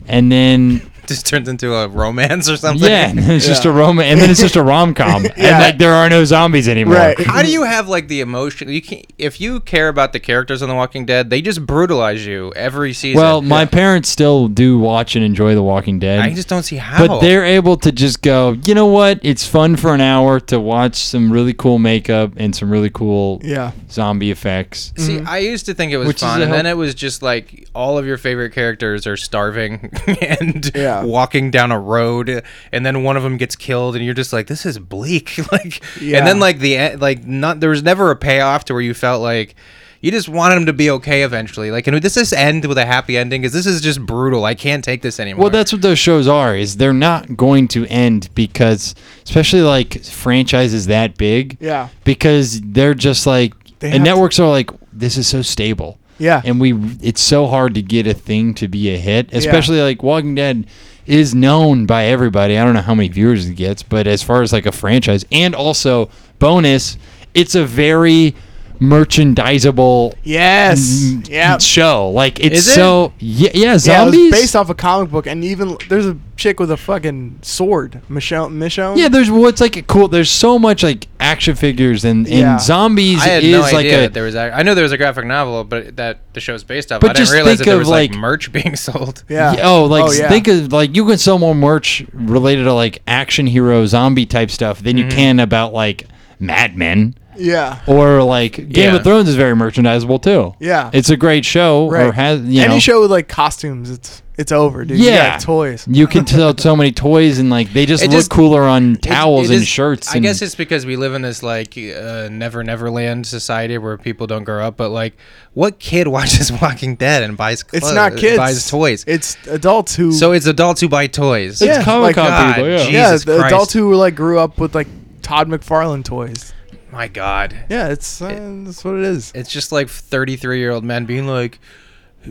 and then
just turns into a romance or something
yeah, and it's just
Yeah.
a rom, and then it's just a rom com, and
Yeah.
like there are no zombies anymore.
Right.
how do you have like the emotion you can not if you care about the characters on the walking dead they just brutalize you every season
Well, my parents still do watch and enjoy The Walking Dead.
i just don't see how
but they're able to just go, you know what? It's fun for an hour to watch some really cool makeup and some really cool
yeah.
zombie effects.
See, I used to think it was
Mm-hmm. Which is
fun,
a
and then
help-
it was just like all of your favorite characters are starving and
Yeah.
walking down a road, and then one of them gets killed, and you're just like, "This is bleak." like,
Yeah.
and then like the e- like not there was never a payoff to where you felt like. You just wanted them to be okay eventually. Like, and does this end with a happy ending? Because this is just brutal. I can't take this anymore.
Well, that's what those shows are. Is they're not going to end because, especially like franchises that big.
Yeah.
Because they're just like
They
and
have to-
networks are like this is so stable.
Yeah.
And we it's so hard to get a thing to be a hit, especially like Walking Dead is known by everybody. I don't know how many viewers it gets, but as far as like a franchise and also bonus, it's a very merchandisable
Yes.
mm,
Yeah.
show. Like it's
Is it?
so yeah, yeah,
Yeah, it was
zombies.
based off a comic book, and even there's a chick with a fucking sword, Michelle Michonne.
Yeah, there's what's like a cool. There's so much like action figures and, and
Yeah.
zombies
I had
is
no
like
idea
a
that there was. a- I knew there was a graphic novel, but that the show's based off.
But
I didn't
just
realize
think
that there
of,
was like,
like-
merch being sold.
Yeah.
Yeah, Oh, like
Oh, yeah.
think of like you can sell more merch related to like action hero zombie type stuff than
Mm-hmm.
you can about like Mad Men
Yeah.
or like Game
Yeah.
of Thrones is very merchandisable too.
Yeah.
it's a great show or
Right.
has you
Any
know
show with like costumes, it's it's over, dude. You
yeah
got toys.
You can sell so many toys and like they just
It
look
just-
cooler on
It-
towels
it
and
is-
shirts.
I guess
and-
it's because we live in this like uh, never never land society where people don't grow up. But like, what kid watches Walking Dead and buys clothes?
It's not kids.
Buys toys.
It's adults who.
so it's adults who buy toys.
It's Yeah,
Comic Con
God,
people. Yeah.
Jesus
yeah, the
Christ.
adults who like grew up with like Todd McFarlane toys.
My God.
Yeah, it's uh, that's what it is.
It's just like 33 year old men being like,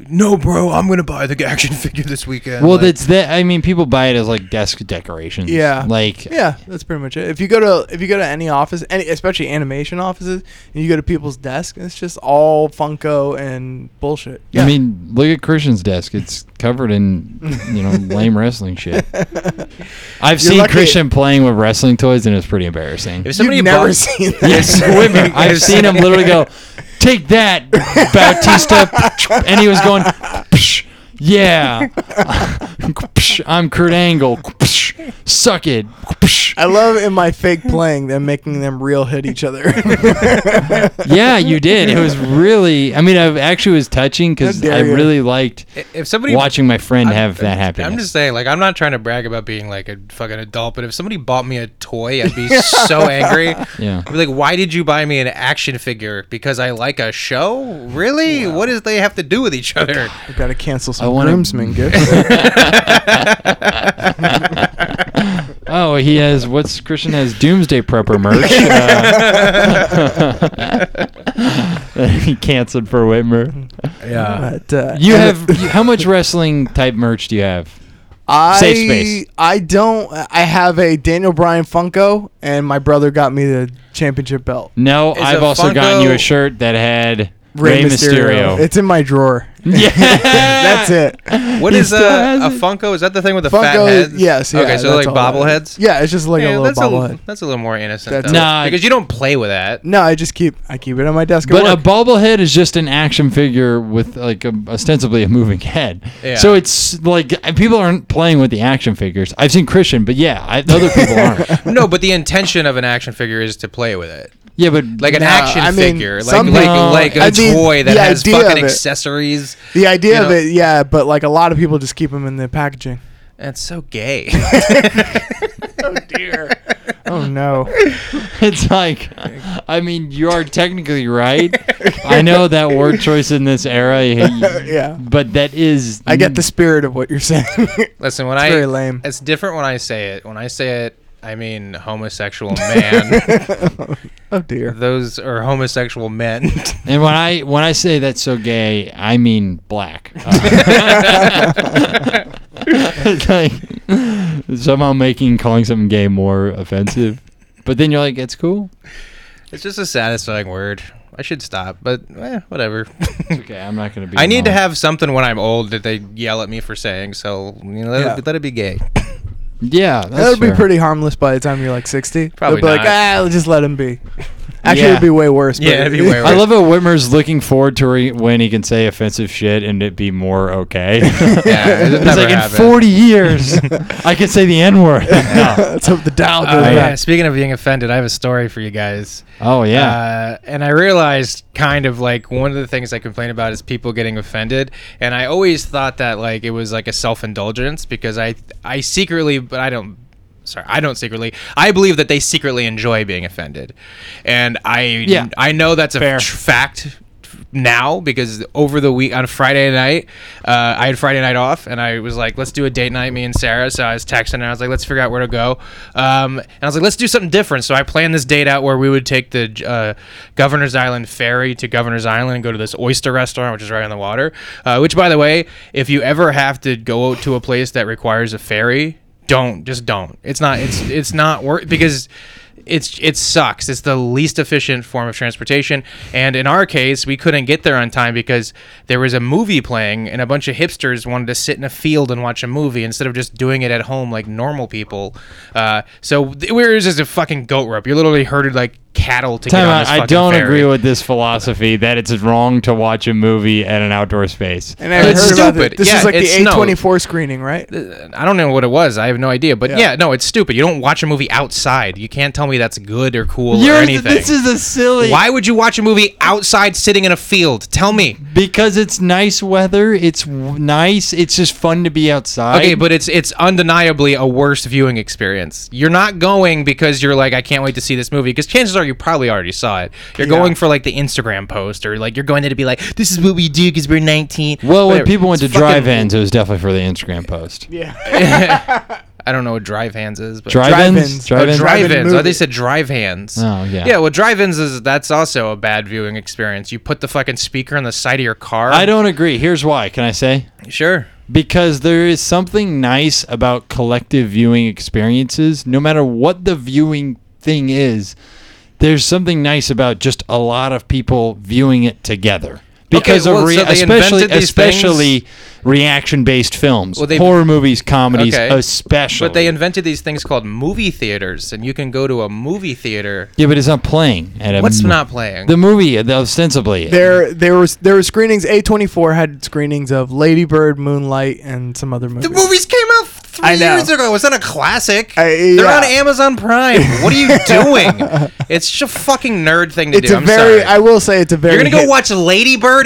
"No, bro, I'm gonna buy the action figure this weekend."
well,
Like,
that's that. I mean, people buy it as like desk decorations.
Yeah.
like
yeah, that's pretty much it. If you go to if you go to any office, any especially animation offices, and you go to people's desk, it's just all Funko and bullshit. Yeah.
I mean, look at Christian's desk. It's covered in, you know, lame wrestling shit. I've seen
lucky-
Christian playing with wrestling toys, and it's pretty embarrassing.
if somebody
You've never
bought-
seen that.
Yes, wait a minute. I've seen him literally go, "Take that, Bautista," and he was going, "Psh, "Yeah, Psh, I'm Kurt Angle. Psh, Suck it." Psh.
I love in my fake playing them making them real hit each other.
Yeah, you did. It was really. I mean, I actually was touching because
How dare
I
you.
really liked
if somebody
watching my friend have that happen.
I'm just saying, like, I'm not trying to brag about being like a fucking adult, but if somebody bought me a toy, I'd be so angry.
Yeah.
I'd be like, why did you buy me an action figure? Because I like a show? Really? What does they have to do with each other?
I've got to cancel
I
some
wanna-
groomsmen gifts.
Oh, he has what's Christian has Doomsday Prepper merch. Uh, he canceled for Whitmer.
Yeah.
But, uh,
You
and
have you- how much wrestling type merch do you have?
I,
Safe space.
I don't. I have a Daniel Bryan Funko, and my brother got me the championship belt.
No,
Is
I've
a
also gotten you a
Funko-
shirt that had Rey
Rey, Mysterio.
Mysterio.
It's in my drawer.
Yeah,
That's it.
What
He
is
still
a,
has
a
it.
Funko? Is that the thing with the fat
Funko,
heads?
yes, yeah,
okay, so like
that's all that
bobbleheads.
is. Yeah, it's just like a little
that's
bobblehead.
A, that's a little more innocent.
That's-
though.
Nah, I-
because you don't play with that.
no, I just keep I keep it on my desk. at
But a
work.
bobblehead is just an action figure with like a, ostensibly a moving head.
Yeah.
So it's like people aren't playing with the action figures. I've seen Christian, but yeah, I, other people aren't.
No, but the intention of an action figure is to play with it,
Yeah, but
like an
Nah,
action
I mean,
figure, like
some
like
people-
like a
I mean,
toy that
the
has
idea
fucking
of it.
accessories.
the idea
you
of
know-
it, yeah, but like a lot of people just keep them in the packaging.
That's so gay.
Oh no!
it's like, I mean, you are technically right. I know that word choice in this era,
Yeah.
but that is
I get the spirit of what you're saying.
Mm. Listen, when
It's
I
very lame.
it's different when I say it. When I say it, I mean homosexual man.
oh dear.
Those are homosexual men.
And when I when I say that's so gay, I mean black. It's like somehow making calling something gay more offensive. But then you're like, it's cool.
it's just a satisfying word. I should stop, but eh, whatever.
Okay, I'm not gonna be.
I need to
annoying.
have something when I'm old that they yell at me for saying. So you know, let,
Yeah.
it, let it be gay.
Yeah, that's
That would be
fair.
pretty harmless by the time you're like 60.
Probably
They'll be
not.
like, ah, let's just let him be. Actually,
Yeah.
it'd be way worse. but-
Yeah, it'd be way
I love how Whitmer's looking forward to re- when he can say offensive shit and it be more okay.
Yeah, it'll
it's
never
like
happen.
in 40 years, I could say the N word. No.
Let's hope the dial goes
Oh,
yeah.
yeah.
back.
Speaking of being offended, I have a story for you guys.
Oh yeah.
Uh, and I realized kind of like one of the things I complain about is people getting offended. And I always thought that like it was like a self indulgence because I I secretly but I don't sorry, I don't secretly I believe that they secretly enjoy being offended. And I
Yeah.
I know that's a
Fair.
tr- fact now because over the week on Friday night, uh, I had Friday night off and I was like, let's do a date night, me and Sarah. So I was texting and I was like, let's figure out where to go. Um, and I was like, let's do something different. So I planned this date out where we would take the uh, Governor's Island ferry to Governor's Island and go to this oyster restaurant, which is right on the water. Uh, which, by the way, if you ever have to go to a place that requires a ferry, don't just don't. It's not. It's it's not worth because it's it sucks. It's the least efficient form of transportation. And in our case, we couldn't get there on time because there was a movie playing and a bunch of hipsters wanted to sit in a field and watch a movie instead of just doing it at home like normal people. Uh, so th- we were just a fucking goat rope. You're literally herded like cattle to
Time
get on
out.
this
I
fucking
don't
ferry.
agree with this philosophy that it's wrong to watch a movie at an outdoor space.
And I
It's
heard about
stupid.
it. This
Yeah,
is like the
it's- no.
A24 screening, right?
I don't know what it was. I have no idea. But yeah.
Yeah.
no, it's stupid. You don't watch a movie outside. You can't tell me that's good or cool or
You're,
anything.
this is a silly.
Why would you watch a movie outside sitting in a field? Tell me.
Because it's nice weather. It's w- nice. It's just fun to be outside.
Okay, but it's it's undeniably a worse viewing experience. You're not going because you're like, I can't wait to see this movie. Because chances are you probably already saw it. You're going for like the Instagram post or like you're going there to be like, this is what we do because we're 19.
well, when
Whatever.
people went to
It's fucking-
drive-ins, it was definitely for the Instagram post.
Yeah.
I don't know what drive hands is, but
Drive-ins.
Drive-ins.
Drive-ins.
Oh, drive-ins.
Drive-in
Oh,
movie.
they said drive hands.
Oh, yeah.
Yeah. Well, drive-ins is that's also a bad viewing experience. You put the fucking speaker on the side of your car.
I don't agree. Here's why. Can I say?
Sure.
Because there is something nice about collective viewing experiences. No matter what the viewing thing is, there's something nice about just a lot of people viewing it together. Because
well,
of rea-
so they
especially
invented these
especially reaction-based films,
Well, they-
horror movies, comedies,
Okay.
especially.
But they invented these things called movie theaters, and you can go to a movie theater.
Yeah, but it's not playing. At a
What's
m-
not playing?
The movie, the, ostensibly.
There, there was there were screenings. A24 had screenings of Lady Bird, Moonlight, and some other movies.
The movies came out three
I know.
years ago. It's not a classic.
I-
They're on
yeah.
Amazon Prime. What are you doing? it's just a fucking nerd thing to
It's
do.
a
I'm
very.
sorry.
I will say it's a very.
You're gonna go
hip-
watch Lady Bird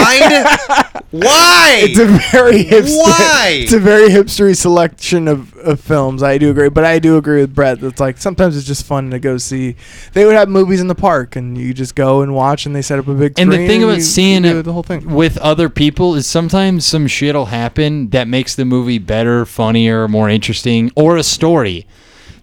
outside? Why?
It's a very hipster.
Why?
It's a very hipstery selection of, of films. I do agree, but I do agree with Brett. It's like sometimes it's just fun to go see. They would have movies in the park, and you just go and watch, and they set up a big.
and the
screen
thing
you-
about
you
seeing
do
it
the whole thing.
with other people is sometimes some shit will happen that makes the movie better, funnier, more interesting, or a story.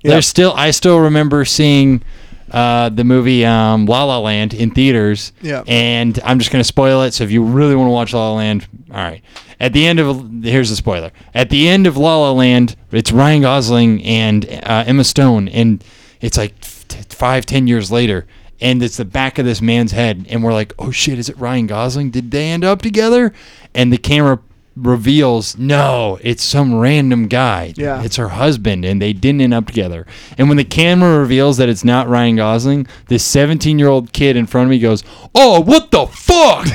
Yeah.
There's still, I still remember seeing uh, the movie um, La La Land in theaters.
Yeah.
And I'm just going to spoil it. So if you really want to watch La La Land, all right. At the end of, here's the spoiler. At the end of La La Land, it's Ryan Gosling and uh, Emma Stone. And it's like f- t- five, ten years later. and it's the back of this man's head, and we're like, "Oh shit, is it Ryan Gosling? Did they end up together?" And the camera reveals, "No, it's some random guy.
Yeah.
it's her husband, and they didn't end up together." And when the camera reveals that it's not Ryan Gosling, this 17-year-old kid in front of me goes, "Oh, what the fuck!"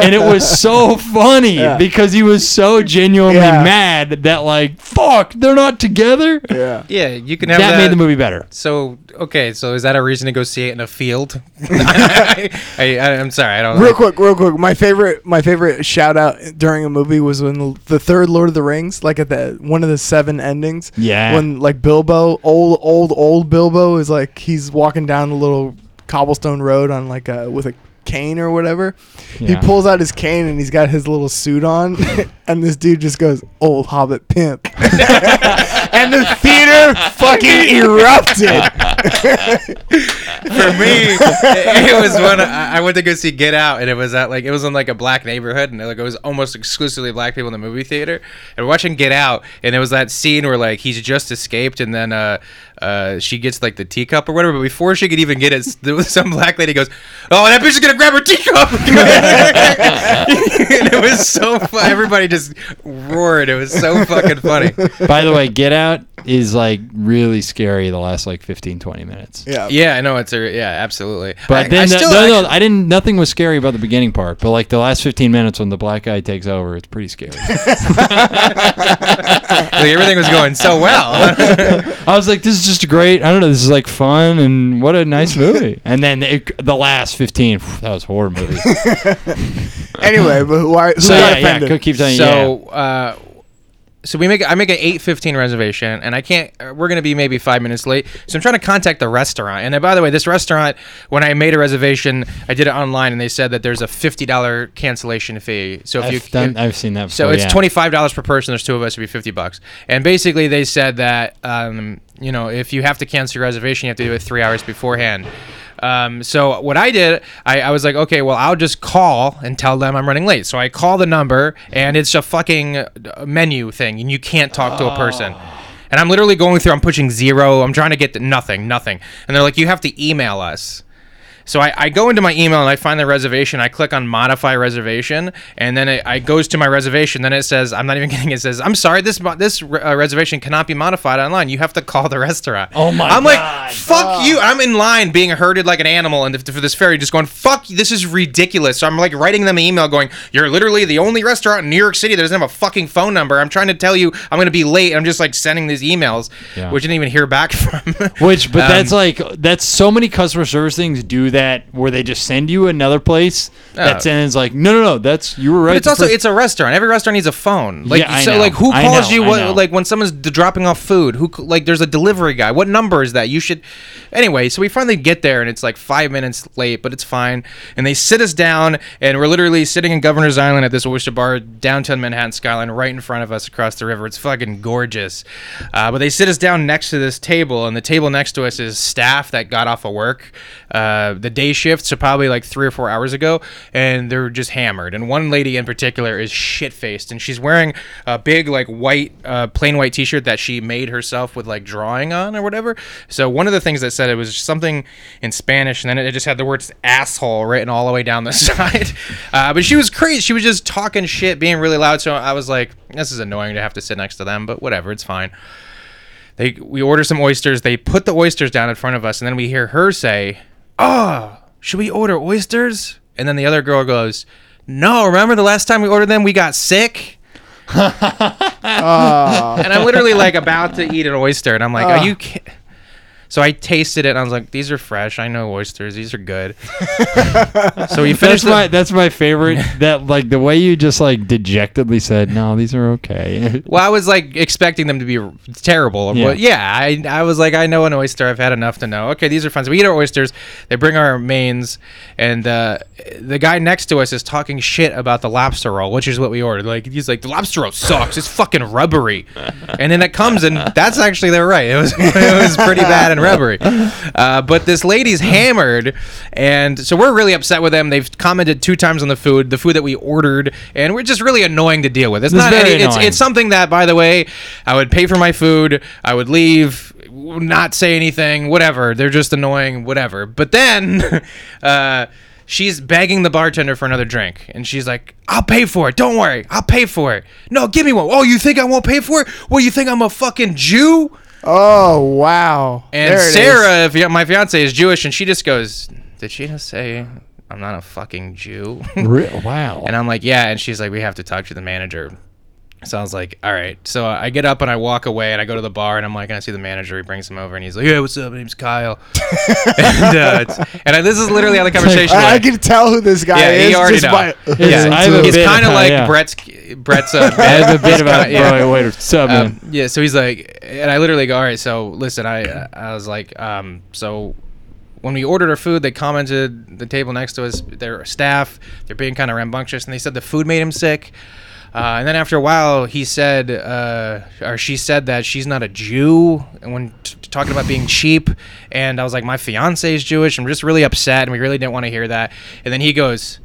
and it was so funny
Yeah.
because he was so genuinely
Yeah.
mad that like, "Fuck, they're not together."
Yeah.
Yeah, you can
That,
have that.
made the movie better.
So okay, so is that a reason to go see it in a field? I, I, I'm sorry, I
Uh,
don't.
Real quick, real quick. My favorite, my favorite shout out during a movie was when the, the third Lord of the Rings, like at the one of the seven endings.
Yeah.
When like Bilbo, old, old, old Bilbo is like he's walking down the little cobblestone road on like a with a cane or whatever. He
Yeah.
pulls out his cane and he's got his little suit on, and this dude just goes, "Old Hobbit pimp," and the theater fucking erupted.
for me, it, it was when I, I went to go see Get Out, and it was at like it was in like a black neighborhood, and like it was almost exclusively black people in the movie theater. And we're watching Get Out, and it was that scene where like he's just escaped, and then uh, uh, she gets like the teacup or whatever. But before she could even get it, there was some black lady goes, "Oh, that bitch is gonna grab her teacup!" and it was so fun. Everybody just roared. It was so fucking funny.
By the way, Get Out is like really scary the last like 15, 20 minutes.
Yeah.
Yeah, I know it's a yeah, absolutely.
But
I-
then,
I
the-
still
no, no,
actually-
I didn't. Nothing was scary about the beginning part, but like the last 15 minutes when the black guy takes over, it's pretty scary.
like, everything was going so well.
I was like, this is just great. I don't know. This is like fun and what a nice movie. And then it, the last 15, phew, that was a horror movie.
Anyway, but who are who
so
got
yeah, yeah,
offended?
could keep telling you.
so uh so we make I make an eight fifteen reservation, and I can't. uh, We're gonna be maybe five minutes late, so I'm trying to contact the restaurant. And uh, by the way, this restaurant, when I made a reservation, I did it online, and they said that there's a fifty dollar cancellation fee. So if
I've,
you
done, I've seen that.
so
before,
it's
yeah.
twenty five dollars per person. There's two of us. It'd be fifty bucks. And basically, they said that um, you know if you have to cancel your reservation, you have to do it three hours beforehand. Um, so what I did, I, I was like, okay, well, I'll just call and tell them I'm running late. So I call the number, and it's a fucking uh, menu thing, and you can't talk to a person. And I'm literally going through, I'm pushing zero, I'm trying to get to nothing, nothing. And they're like, you have to email us. So I, I go into my email and I find the reservation. I click on modify reservation, and then it, it goes to my reservation. Then it says, I'm not even kidding. It says, I'm sorry, this mo- this re- uh, reservation cannot be modified online. You have to call the restaurant.
Oh my
I'm
God.
like, fuck you. I'm in line being herded like an animal, and for this ferry, just going, fuck. you, This is ridiculous. So I'm like writing them an email, going, you're literally the only restaurant in New York City that doesn't have a fucking phone number. I'm trying to tell you, I'm gonna be late. and I'm just like sending these emails,
Yeah.
which I didn't even hear back from.
Which, but
Um,
that's like that's so many customer service things do that where they just send you another place
Oh.
that sends like no, no, no, that's you were right.
But it's
the
also
first-
it's a restaurant. Every restaurant needs a phone. Like
Yeah, I
so,
know.
like who
I
calls
know,
you?
I know.
What like when someone's d- dropping off food? Who c- like there's a delivery guy? What number is that? You should. Anyway, so we finally get there and it's like five minutes late, but it's fine. And they sit us down and we're literally sitting in Governor's Island at this Oyster Bar downtown Manhattan skyline, right in front of us across the river. It's fucking gorgeous. Uh, but they sit us down next to this table, and the table next to us is staff that got off of work, uh, the day shift, so probably like three or four hours ago, and they're just hammered. And one lady in particular is shit faced, and she's wearing a big like white, uh, plain white t shirt that she made herself with like drawing on or whatever. So one of the things that said it was something in Spanish, and then it just had the words asshole written all the way down the side. Uh, but she was crazy. She was just talking shit, being really loud. So I was like, this is annoying to have to sit next to them, but whatever, it's fine they we order some oysters. They put the oysters down in front of us, and then we hear her say, "Oh, should we order oysters?" And then the other girl goes, "No, remember the last time we ordered them, we got sick." and I'm literally like about to eat an oyster, and I'm like, "Are you?" Ki-? So I tasted it, and I was like, "These are fresh. I know oysters. These are good." so we
That's
finished.
my
The-
that's my favorite. That like the way you just like dejectedly said, "No, these are okay."
well, I was like expecting them to be r- terrible.
Yeah.
Yeah, yeah I, I was like, I know an oyster. I've had enough to know. Okay, these are fun. So we eat our oysters. They bring our mains, and uh, the guy next to us is talking shit about the lobster roll, which is what we ordered. Like he's like, the lobster roll sucks. It's fucking rubbery. And then it comes, and that's actually they're right. It was it was pretty bad and rubbery. Uh, but this lady's hammered, and so we're really upset with them. They've commented two times on the food, the food that we ordered, and we're just really annoying to deal with. It's,
It's
not
very
any, it's
annoying.
it's something that, by the way, I would pay for my food. I would leave. not say anything, whatever. They're just annoying, whatever. But then uh, she's begging the bartender for another drink, and she's like, "I'll pay for it. Don't worry, I'll pay for it. No, give me one. Oh, you think I won't pay for it? Well, you think I'm a fucking Jew?"
Oh wow!
And
There it is.
Sarah, if my fiance is Jewish, and she just goes, "Did she just say I'm not a fucking Jew?"
Re- wow.
And I'm like, yeah. And she's like, we have to talk to the manager. So I was like, all right. So I get up and I walk away and I go to the bar and I'm like, and I see the manager. He brings him over and he's like, hey, what's up? My name's Kyle. and uh, it's, and I, this is literally how the conversation
I, I
went.
can tell who this guy
Yeah,
is.
he already
just
know.
by-
It's- I have a
he's
bit
kind of
about-
like
yeah.
Brett's Brett's uh,
I have a bit about
yeah.
bro, wait, what's up, man?
Um, yeah, so he's like, and I literally go, all right, so listen, I I was like, um, so when we ordered our food, they commented the table next to us, their staff, they're being kind of rambunctious, and they said the food made him sick. Uh, and then after a while, he said, uh, or she said that she's not a Jew, and when t- t- talking about being cheap, and I was like, my fiance is Jewish. I'm just really upset, and we really didn't want to hear that. And then he goes,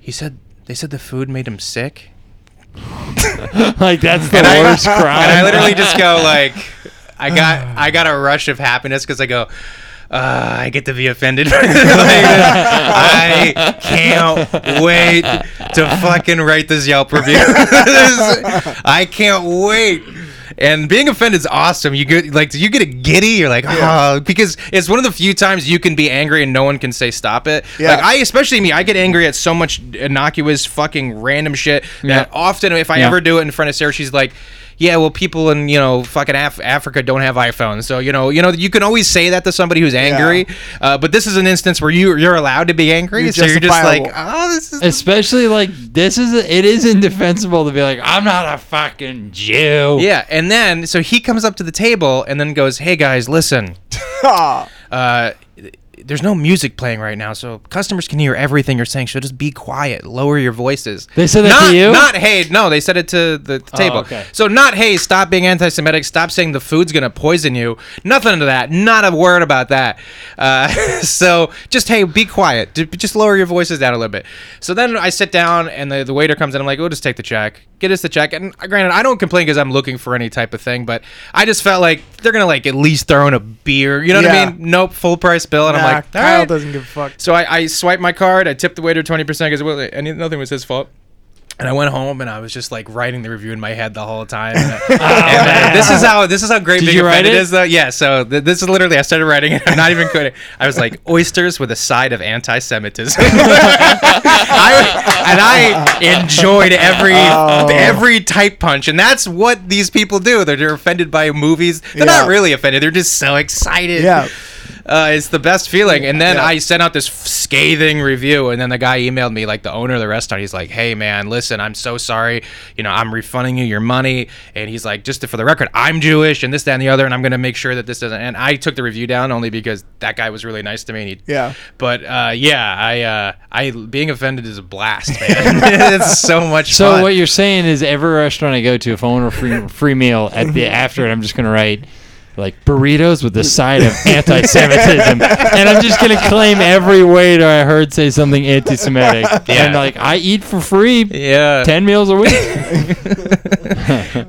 he said, they said the food made him sick.
like that's the
And I-
worst crime.
and I literally just go like, I got I got a rush of happiness because I go. Uh, I get to be offended. Like, I can't wait to fucking write this Yelp review. This- I can't wait. And being offended is awesome. You get like you get a giddy. You're like, oh, because it's one of the few times you can be angry and no one can say stop it.
Yeah.
Like I, especially me, I get angry at so much innocuous fucking random shit
Yeah.
that often if I
Yeah.
ever do it in front of Sarah, she's like, "Yeah, well, people in you know fucking Af- Africa don't have iPhones, so you know, you know, you can always say that to somebody who's angry. Uh, but this is an instance where you you're allowed to be angry,
You're
so you're just like,
justifiable.
oh, this is
especially like this is it is indefensible to be like I'm not a fucking Jew.
yeah. And then so he comes up to the table and then goes, "Hey guys, listen."
Ah.
uh, there's no music playing right now, so customers can hear everything you're saying. So just be quiet, lower your voices.
They said that to
not,
you? Oh,
Not hey, no, they said it to the, the table.
okay.
So not hey, stop being anti-Semitic, stop saying the food's gonna poison you. Nothing to that. Not a word about that. Uh, so just hey, be quiet. D- Just lower your voices down a little bit. So then I sit down, and the, the waiter comes in. I'm like, we'll just take the check. Get us the check. And uh, granted, I don't complain because I'm looking for any type of thing, but I just felt like they're gonna like at least throw in a beer. You know what
Yeah.
I mean? Nope, full price bill. And
nah,
I'm like,
Kyle
"Alright."
doesn't give a fuck.
So I, I swiped my card. I tipped the waiter 20% because well, and nothing was his fault. And I went home and I was just like writing the review in my head the whole time. And, I- and, uh, this is how this is how great
Did
being
you write
offended
it?
is though. Yeah. So th- this is literally I started writing it. I'm not even kidding. I was like oysters with a side of anti-Semitism. I, and I enjoyed every
Oh.
every type punch, and that's what these people do. They're, they're offended by movies. They're
Yeah.
not really offended. They're just so excited
Yeah.
uh, it's the best feeling. And then
Yeah.
I sent out this f- scathing review, and then the guy emailed me, like the owner of the restaurant. He's like, "Hey man, listen, I'm so sorry. You know, I'm refunding you your money." And he's like, "Just for the record, I'm Jewish, and this, that, and the other, and I'm gonna make sure that this doesn't." And I took the review down only because that guy was really nice to me. And he,
Yeah.
But uh, yeah, I uh, I being offended is a blast, man. it's so much
So
fun.
what you're saying is every restaurant I go to, if I want a free free meal at the after it, I'm just gonna write like burritos with a side of anti-Semitism, and I'm just gonna claim every waiter I heard say something anti-Semitic,
Yeah.
and like I eat for free.
yeah.
Ten meals a week.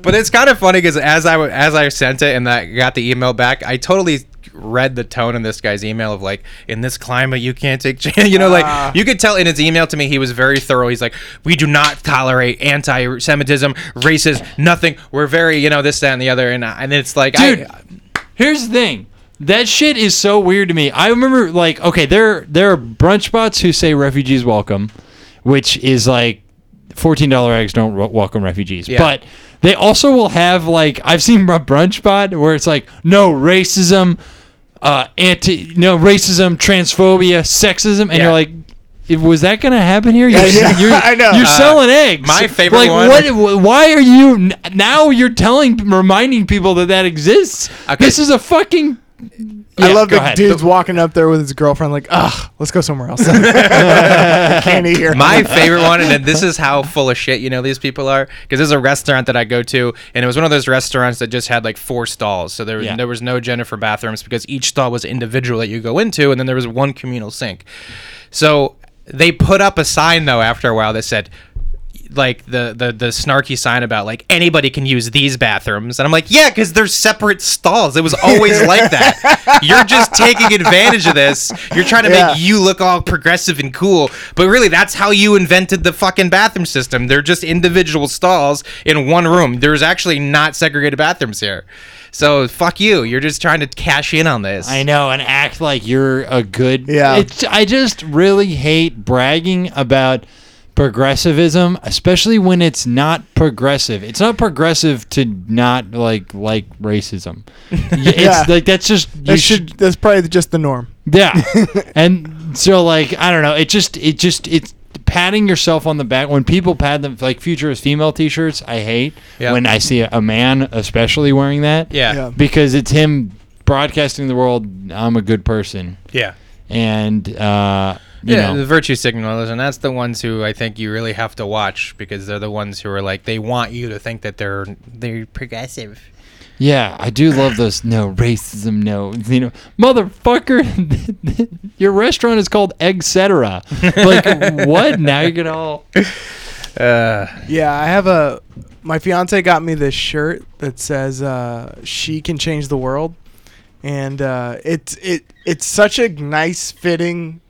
but it's kind of funny because as I as I sent it and I got the email back, I totally read the tone in this guy's email of like, in this climate, you can't take, chan-" you know,
Ah.
like you could tell in his email to me, he was very thorough. He's like, we do not tolerate anti-Semitism, racist, nothing. We're very, you know, this, that, and the other, and I- and it's like, I-
Dude. Here's the thing. That shit is so weird to me. I remember like okay, there there are brunch spots who say refugees welcome, which is like fourteen dollar eggs don't ro- welcome refugees.
Yeah.
But they also will have like I've seen a brunch spot where it's like no racism, uh anti no racism, transphobia, sexism, and
Yeah.
you're like. "If- Was that gonna happen here? You're,
yeah,
you're,
I know.
You're
Uh,
selling eggs.
my favorite
like,
one-
What, wh- why are you n- now? You're telling, reminding people that that exists.
Okay.
This is a fucking.
I love
go
the
ahead.
dude's walking up there with his girlfriend, like, ugh, let's go somewhere else. Can't eat here.
My favorite one, and then this is how full of shit you know these people are, because there's a restaurant that I go to, and it was one of those restaurants that just had like four stalls, so there was
Yeah.
there was no Jennifer bathrooms because each stall was individual that you go into, and then there was one communal sink. So they put up a sign though after a while that said. like the, the the snarky sign about like anybody can use these bathrooms, and I'm like, yeah, because they're separate stalls. It was always like that. You're just taking advantage of this. You're trying to
Yeah.
make you look all progressive and cool, but really, that's how you invented the fucking bathroom system. They're just individual stalls in one room. There's actually not segregated bathrooms here. So fuck you. You're just trying to cash in on this.
I know, and act like you're a good.
Yeah.
It's, I just really hate bragging about progressivism, especially when it's not progressive. It's not progressive to not like like racism. Y- It's
Yeah.
like that's just you
That should, that's probably just the norm.
yeah. and so like I don't know, it just it just it's patting yourself on the back when people pat them like futurist female t-shirts, I hate
Yeah.
when I see a man especially wearing that.
yeah.
Because it's him broadcasting the world I'm a good person
Yeah.
and uh you
yeah, the
know
virtue signalers, and that's the ones who I think you really have to watch because they're the ones who are like they want you to think that they're they're progressive.
yeah I do love those no racism no you know motherfucker your restaurant is called etc like what now you're gonna all
Uh,
Yeah, I have a. My fiance got me this shirt that says uh, "She can change the world," and uh, it's it it's such a nice fitting,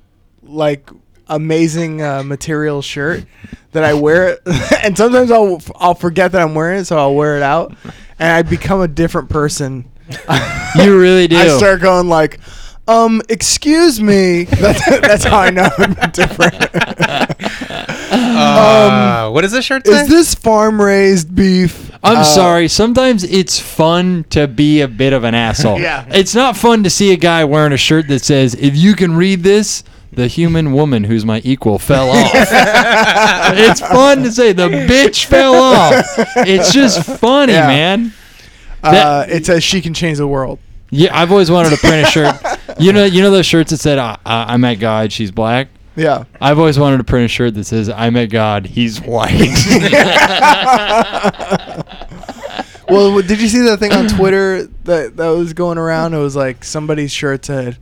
like amazing uh, material shirt that I wear it, and sometimes I'll I'll forget that I'm wearing it, so I'll wear it out, and I become a different person.
you really do
I start going like, um, excuse me. That's, that's how I know I'm different. Um,
uh, what does this shirt say?
Is this farm raised beef?
I'm
Uh,
sorry. Sometimes it's fun to be a bit of an asshole.
Yeah.
It's not fun to see a guy wearing a shirt that says, if you can read this, the human woman who's my equal fell off. Oh. it's fun to say the bitch fell off. It's just funny,
Yeah.
man.
Uh, it says she can change the world.
Yeah, I've always wanted to print a shirt. you know, you know those shirts that said, I, I, "I met God, she's black."
Yeah.
I've always wanted to print a shirt that says, "I met God, he's white."
Well, w- did you see that thing on Twitter that that was going around? It was like somebody's shirt said,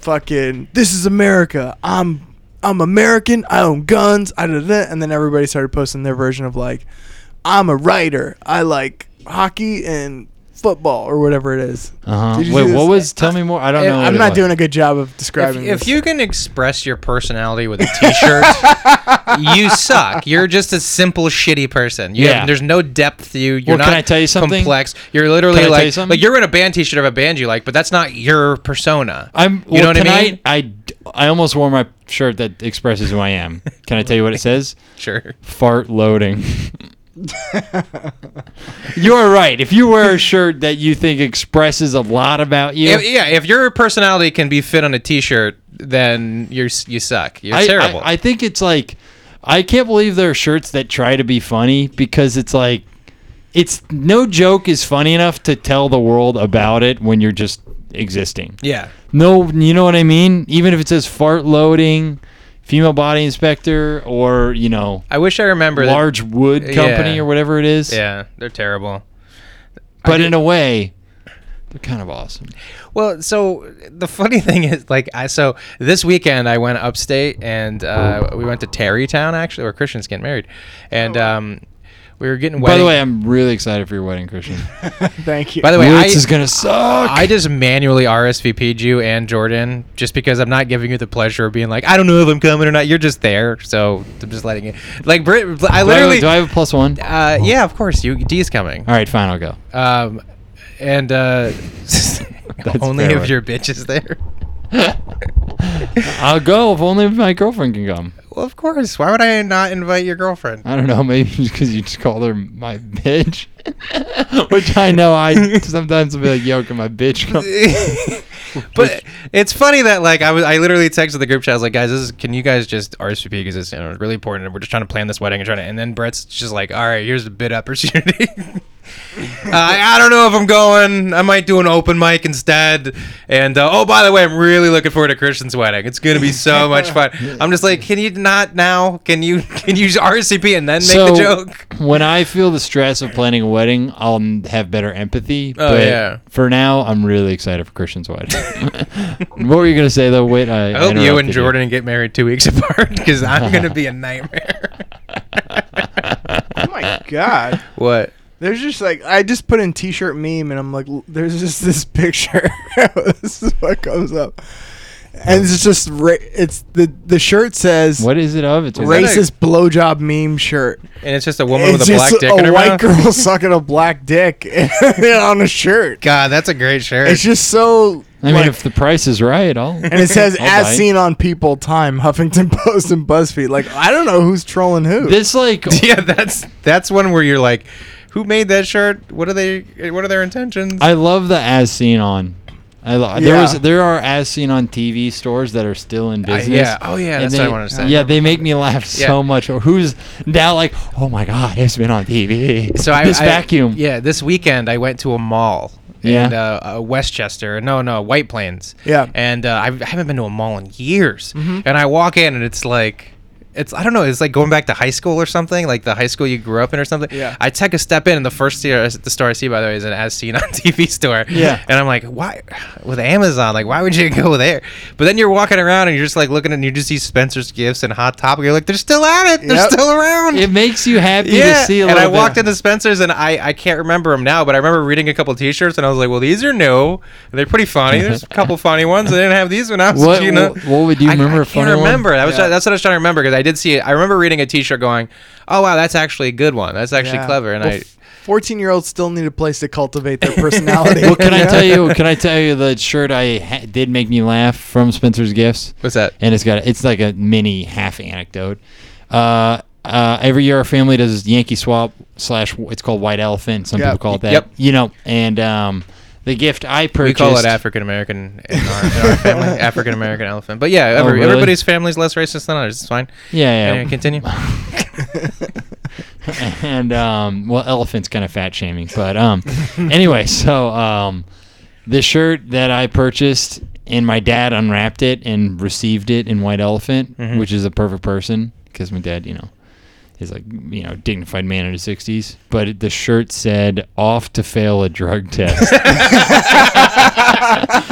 "Fucking, this is America. I'm." I'm American. I own guns. I did that, and then everybody started posting their version of like, "I'm a writer. I like hockey and football, or whatever it is."
Uh-huh.
Did you see
Wait, what
this?
was? Tell me more. I don't know. what
I'm
it
not
was.
doing a good job of describing.
If, if
this.
you can express your personality with a T-shirt, you suck. You're just a simple, shitty person. You
Yeah.
have- there's no depth to you.
Well,
You're not
can I tell you something?
complex. You're literally
Can I tell you
like
something?
like you're in a band T-shirt of a band you like, but that's not your persona.
I'm.
You know what I
tonight,
mean?
I d- I almost wore my shirt that expresses who I am. Can I tell you what it says?
sure.
Fart loading. You're right. If you wear a shirt that you think expresses a lot about you,
If, yeah, if your personality can be fit on a T-shirt, then you're s- you suck. You're
I,
terrible.
I, I think it's like I can't believe there are shirts that try to be funny because it's like it's no joke is funny enough to tell the world about it when you're just existing.
yeah.
No, you know what I mean? Even if it says fart loading, female body inspector, or, you know,
I wish I remember. that-
large wood company
Yeah.
or whatever it is.
yeah, they're terrible.
But in a way, they're kind of awesome.
Well, so the funny thing is, like, I so this weekend I went upstate and uh, we went to Tarrytown actually, where Christian's getting married, and um, we were getting.
Oh, By the
wedding-
way, I'm really excited for your wedding, Christian.
Thank you.
by the way, I,
Roots is going to suck.
I just manually RSVP'd you and Jordan just because I'm not giving you the pleasure of being like, I don't know if I'm coming or not. You're just there, so I'm just letting it. Like, Brit, I
Do I-
literally.
do I have a plus one? All
uh, yeah, of course. You D's coming.
right, fine, I'll go.
Um, and uh, only
fair.
if your bitch is there.
I'll go if only my girlfriend can come.
Well, of course. Why would I not invite your girlfriend?
I don't know, maybe because you just call her my bitch, which I know I sometimes will be like, "Yo, can my bitch come?"
but it's funny that like I was I literally texted the group chat I was like guys this is can you guys just RSVP because it's you know, really important and we're just trying to plan this wedding and trying to and then Brett's just like all right here's a bid opportunity uh, I, I don't know if I'm going I might do an open mic instead and uh, oh by the way I'm really looking forward to Christian's wedding it's gonna be so much fun I'm just like can you not now can you can you RSVP and then make the joke
when I feel the stress of planning a wedding, I'll n- have better empathy.
Oh, yeah.
For now, I'm really excited for Christian's wedding. what were you gonna say though? Wait, I,
I hope you and
interrupted
Jordan get married two weeks apart because I'm gonna be a nightmare.
Oh God.
What?
There's just like I just put in t-shirt meme and I'm like l- there's just this picture. this is what comes up. And it's just ra- it's the the shirt says
What is it of? It's
that a-
racist blowjob meme shirt.
And it's just a woman
it's
with a black
just
dick
a
in her
white
mouth.
girl sucking a black dick on a shirt.
God, that's a great shirt.
It's just so
I mean,
like-
if the price is right, I'll.
and it says
I'll buy
as
it."
seen on People Time, Huffington Post and BuzzFeed. Like I don't know who's trolling who.
This like
yeah, that's that's one where you're like, who made that shirt? What are they? What are their intentions?
I love the as seen on. I lo- there
Yeah.
was there are as seen on TV stores that are still in
I-
business.
yeah. Oh yeah.
And
That's
they,
what I want to say.
Yeah, they make me laugh so
Yeah.
much. Or who's now like, oh my god, it's been on TV.
So I
this
I-
vacuum.
Yeah. This weekend I went to a mall.
Yeah.
And uh, uh, Westchester, no, no, White Plains.
Yeah.
And uh, I I haven't been to a mall in years.
Mm-hmm.
And I walk in and it's like. It's I don't know. It's like going back to high school or something, like the high school you grew up in or something.
Yeah.
I take a step in, and the first store, the store I see, by the way, is an as seen on TV store.
Yeah.
And I'm like, why with Amazon? Like, why would you go there? But then you're walking around and you're just like looking, and you just see Spencer's Gifts and Hot Topic. You're like, they're still at it. They're
Yep.
still around
It makes you happy to see a
and
little
I walked
bit.
into Spencer's and I, I can't remember them now, but I remember reading a couple T-shirts and I was like, well, these are new. They're pretty funny. There's a couple funny ones. I didn't have these when I was,
What-
you know.
what- what would you
I-
remember a
I can't
funny one?
remember. That was
Yeah.
that's what I was trying to remember because I did see it. I remember reading a T-shirt going, oh wow, that's actually a good one. That's actually
Yeah.
clever. And
Well,
I
Fourteen year olds still need a place to cultivate their personality.
well, can I tell you? Can I tell you the shirt I ha- did make me laugh from Spencer's Gifts?
what's that?
and it's got it's like a mini half anecdote. Uh, uh, every year our family does Yankee Swap slash it's called White Elephant. Some
Yep.
people call it that.
Yep.
You know, and um, the gift I purchased.
We call it African American in our, in our family, African American elephant. But yeah, every,
Oh, really?
everybody's family's less racist than ours. It's fine.
Yeah, yeah.
Anyway, continue.
and um, well, elephant's kind of fat shaming, but um, anyway, so um, the shirt that I purchased and my dad unwrapped it and received it in White Elephant,
Mhm.
which is a perfect person because my dad, you know, is like you know dignified man in his sixties. But it- the shirt said "off to fail a drug test."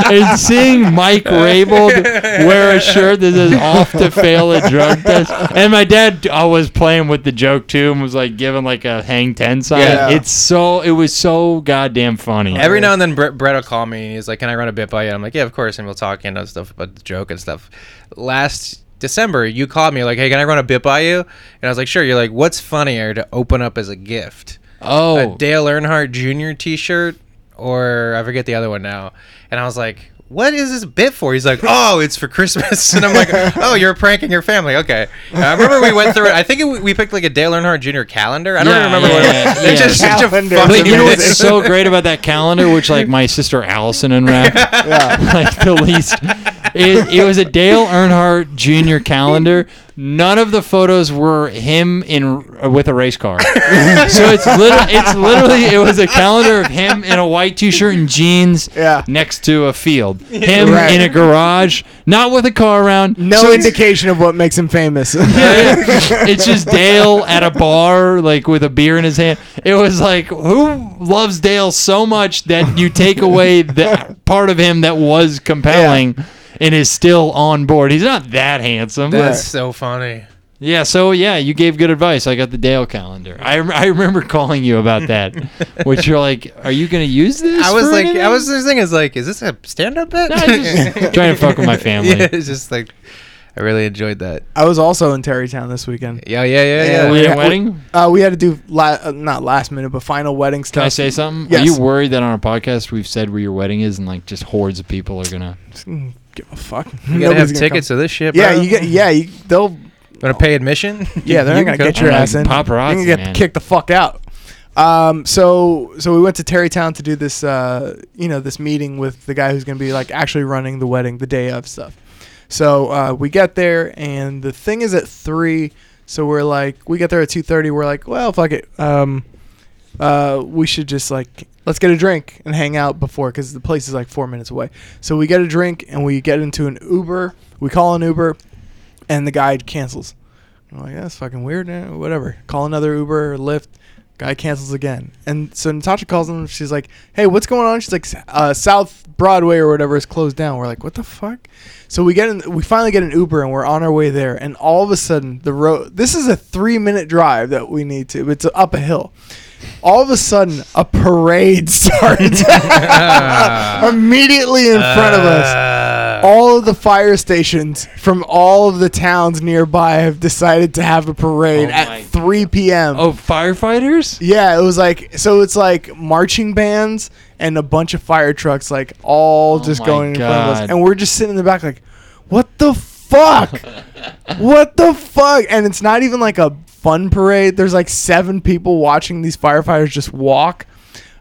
and seeing Mike Rabold wear a shirt that says "off to fail a drug test," and my dad I was playing with the joke too and was like giving like a hang ten sign.
Yeah.
It's so it was so goddamn funny.
Every now and then, Brett, Brett will call me and he's like, "Can I run a bit by you?" And I'm like, "Yeah, of course." And we'll talk, you know, stuff about the joke and stuff. Last December, you called me like, "Hey, can I run a bit by you?" And I was like, "Sure." You're like, "What's funnier to open up as a gift,
oh,
a Dale Earnhardt Jr. T-shirt, or I forget the other one now?" And I was like. What is this bit for? He's like, oh, it's for Christmas, and I'm like, oh, you're pranking your family. Okay, And I remember we went through it. I think it, we picked like a Dale Earnhart Jr. calendar. I don't
Yeah,
remember what.
yeah,
it was. It's
yeah.
just such a
Calendar.
fucking
But you know what's
amazing-
so great about that calendar, which like my sister Allison unwrapped, like the least. It, it was a Dale Earnhardt Jr. calendar. None of the photos were him in with a race car. so it's lit- it's literally it was a calendar of him in a white t-shirt and jeans
Yeah.
next to a field. Him
Right.
in a garage, not with a car around.
No
So it's-
indication of what makes him famous.
yeah, yeah. it's just Dale at a bar, like with a beer in his hand. It was like, who loves Dale so much that you take away the part of him that was compelling and is still on board? He's not that handsome.
That's so funny.
yeah, so yeah, you gave good advice. I got the Dale calendar. I, rem- I remember calling you about that, which you're like, are you going to use this?
I was
for
like,
anything?"
I was just thinking, is like, is this a stand-up bit?
No, I just trying to fuck with my family.
Yeah, it's just like, I really enjoyed that.
I was also in Terrytown this weekend.
Yeah, yeah, yeah,
Yeah,
yeah.
Were you at
Yeah.
a wedding?
Uh, we had to do la- uh, not last minute, but final wedding stuff.
Can I say something? Are
Yes.
you worried that on our podcast we've said where your wedding is and like just hordes of people are gonna?
Mm, Give a fuck.
you gotta have tickets to this shit.
Yeah,
bro.
you get. Yeah, you, they'll.
Gonna pay admission?
Yeah, they're
You
not gonna
can
get
go-
your
I know,
ass in.
paparazzi,
You can get
man.
kicked the fuck out. Um, so so we went to Terrytown to do this. Uh, you know, this meeting with the guy who's gonna be like actually running the wedding the day of stuff. So uh, we get there, and the thing is at three. So we're like, we get there at two thirty. We're like, well, fuck it. Um, uh, we should just like let's get a drink and hang out before because the place is like four minutes away. So we get a drink and we get into an Uber. We call an Uber, and the guy cancels. I'm like, that's fucking weird. eh, Whatever. Call another Uber or Lyft. Guy cancels again. And so Natasha calls him. She's like, hey, what's going on? She's like, "S- uh, South Broadway or whatever is closed down. We're like, what the fuck? So we get in, we finally get an Uber and we're on our way there. And all of a sudden, the road, this is a three minute drive that we need to, it's up a hill. All of a sudden, a parade starts immediately in front of us
Uh,
all of the fire stations from all of the towns nearby have decided to have a parade
Oh my
at 3 p.m.
Oh, firefighters?
Yeah, it was like so it's like marching bands and a bunch of fire trucks like all
Oh
just
my
going in front of us
God.
and we're just sitting in the back like what the fuck? what the fuck? And it's not even like a fun parade. There's like seven people watching these firefighters just walk.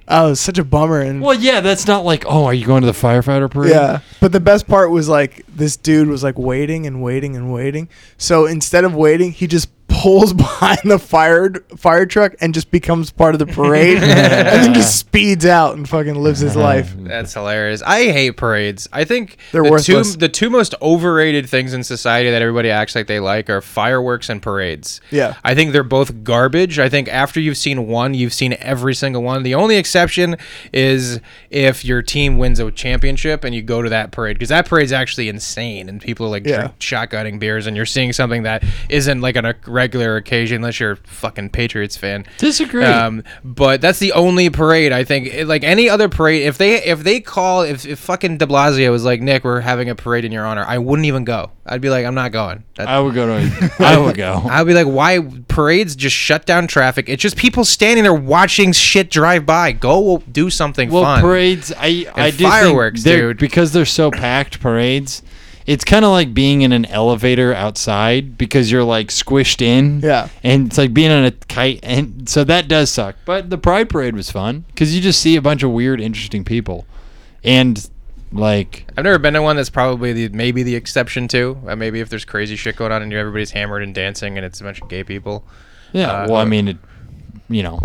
Oh, it was such a bummer and
Well, yeah, that's not like, oh, are you going to the firefighter parade?
yeah. But the best part was like this dude was like waiting and waiting and waiting. So instead of waiting, he just pulls behind the fire fire truck and just becomes part of the parade and then just speeds out and fucking lives his life.
That's hilarious. I hate parades. I think
They're
the
worthless.
two the two most overrated things in society that everybody acts like they like are fireworks and parades.
Yeah.
I think they're both garbage. I think after you've seen one, you've seen every single one. The only exception is if your team wins a championship and you go to that parade because that parade's actually insane and people are like
Yeah.
drink, shotgunning beers and you're seeing something that isn't like on a regular occasion unless you're a fucking Patriots fan.
Disagree.
Um, but that's the only parade I think. it- Like any other parade, if they if they call if, if fucking De Blasio was like Nick, we're having a parade in your honor, I wouldn't even go. I'd be like, I'm not going. That-
I would go to a, I would go.
I'd be like, why parades just shut down traffic? It's just people standing there watching shit drive by. Go do something
Well,
fun.
parades, I I do
fireworks,
think they're-
dude.
because they're so packed. Parades, it's kind of like being in an elevator outside because you're like squished in.
Yeah.
and it's like being on a kite, and so that does suck. But the Pride Parade was fun because you just see a bunch of weird, interesting people, and like
I've never been to one that's probably the maybe the exception to. Uh, maybe if there's crazy shit going on and everybody's hammered and dancing and it's a bunch of gay people.
yeah.
Uh,
well, I mean, it, you know,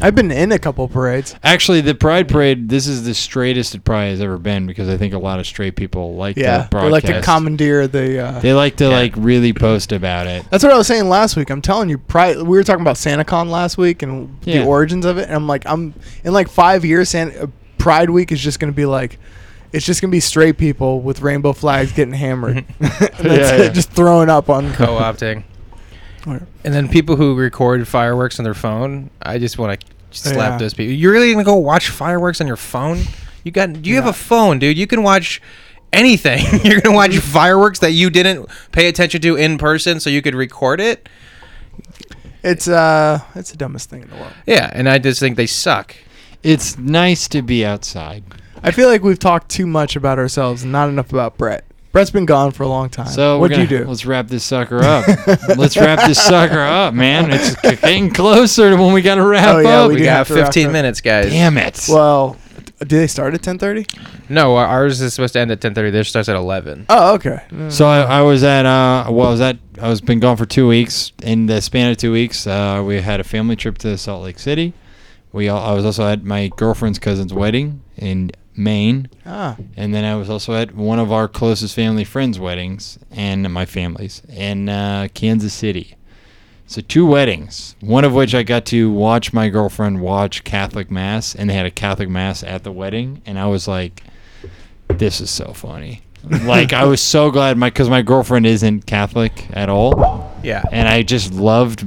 I've been in a couple parades.
Actually, the Pride Parade. This is the straightest it probably has ever been because I think a lot of straight people like
Yeah.
to
They like
broadcast.
to commandeer the uh,
They like to like really post about it.
That's what I was saying last week. I'm telling you, pri we were talking about SantaCon last week and
Yeah.
the origins of it, and I'm like, I'm in like five years, San- uh, Pride Week is just gonna be like, it's just gonna be straight people with rainbow flags getting hammered, And that's
Yeah, Oh.
it,
yeah.
just throwing up on.
co-opting.
Whatever.
and then people who record fireworks on their phone, I just want to slap
Yeah.
those people. You're really gonna go watch fireworks on your phone? You got? Do you have a phone, dude? You can watch anything. You're gonna watch fireworks that you didn't pay attention to in person, so you could record it.
It's uh, it's the dumbest thing in the world.
Yeah, and I just think they suck.
It's nice to be outside.
I feel like we've talked too much about ourselves and not enough about Brett. Brett's been gone for a long time.
So
what
we're
do you
gonna-
do?
Let's wrap this sucker up. let's wrap this sucker up, man. It's getting closer to when we got to wrap
Oh, yeah,
up.
we
We
do
got
have to wrap
15
up.
minutes, guys.
Damn it.
Well, do they start at 10:30?
No, our- ours is supposed to end at 10:30. Theirs starts at 11.
Oh, okay.
So I, I was at uh well I was at I was been gone for two weeks. In the span of two weeks, uh, we had a family trip to Salt Lake City. We all, I was also at my girlfriend's cousin's wedding in Maine,
Ah,
and then I was also at one of our closest family friends' weddings and my family's in uh, Kansas City. So two weddings, one of which I got to watch my girlfriend watch Catholic mass, and they had a Catholic mass at the wedding, and I was like, "This is so funny." like I was so glad my because my girlfriend isn't Catholic at all,
Yeah.
and I just loved.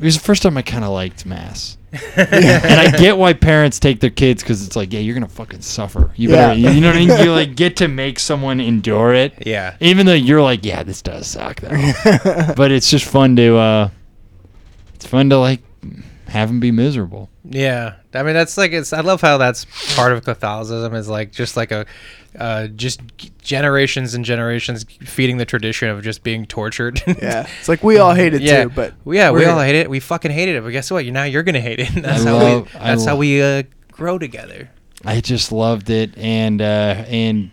It was the first time I kind of liked mass, and I get why parents take their kids because it's like, yeah, you're gonna fucking suffer. You better,
Yeah.
you know what I mean. You like get to make someone endure it,
Yeah.
even though you're like, yeah, this does suck though. but it's just fun to, uh, it's fun to like have them be miserable.
Yeah, I mean that's like it's. I love how that's part of Catholicism is like just like a, uh, just generations and generations feeding the tradition of just being tortured.
yeah. It's like we all hate it
yeah,
too, but
yeah, we
we're-
all hate it. We fucking hated it, but guess what? You now you're gonna hate it. And that's
I
how
love-
we.
I
That's how
love-
we uh, grow together.
I just loved it, and uh, and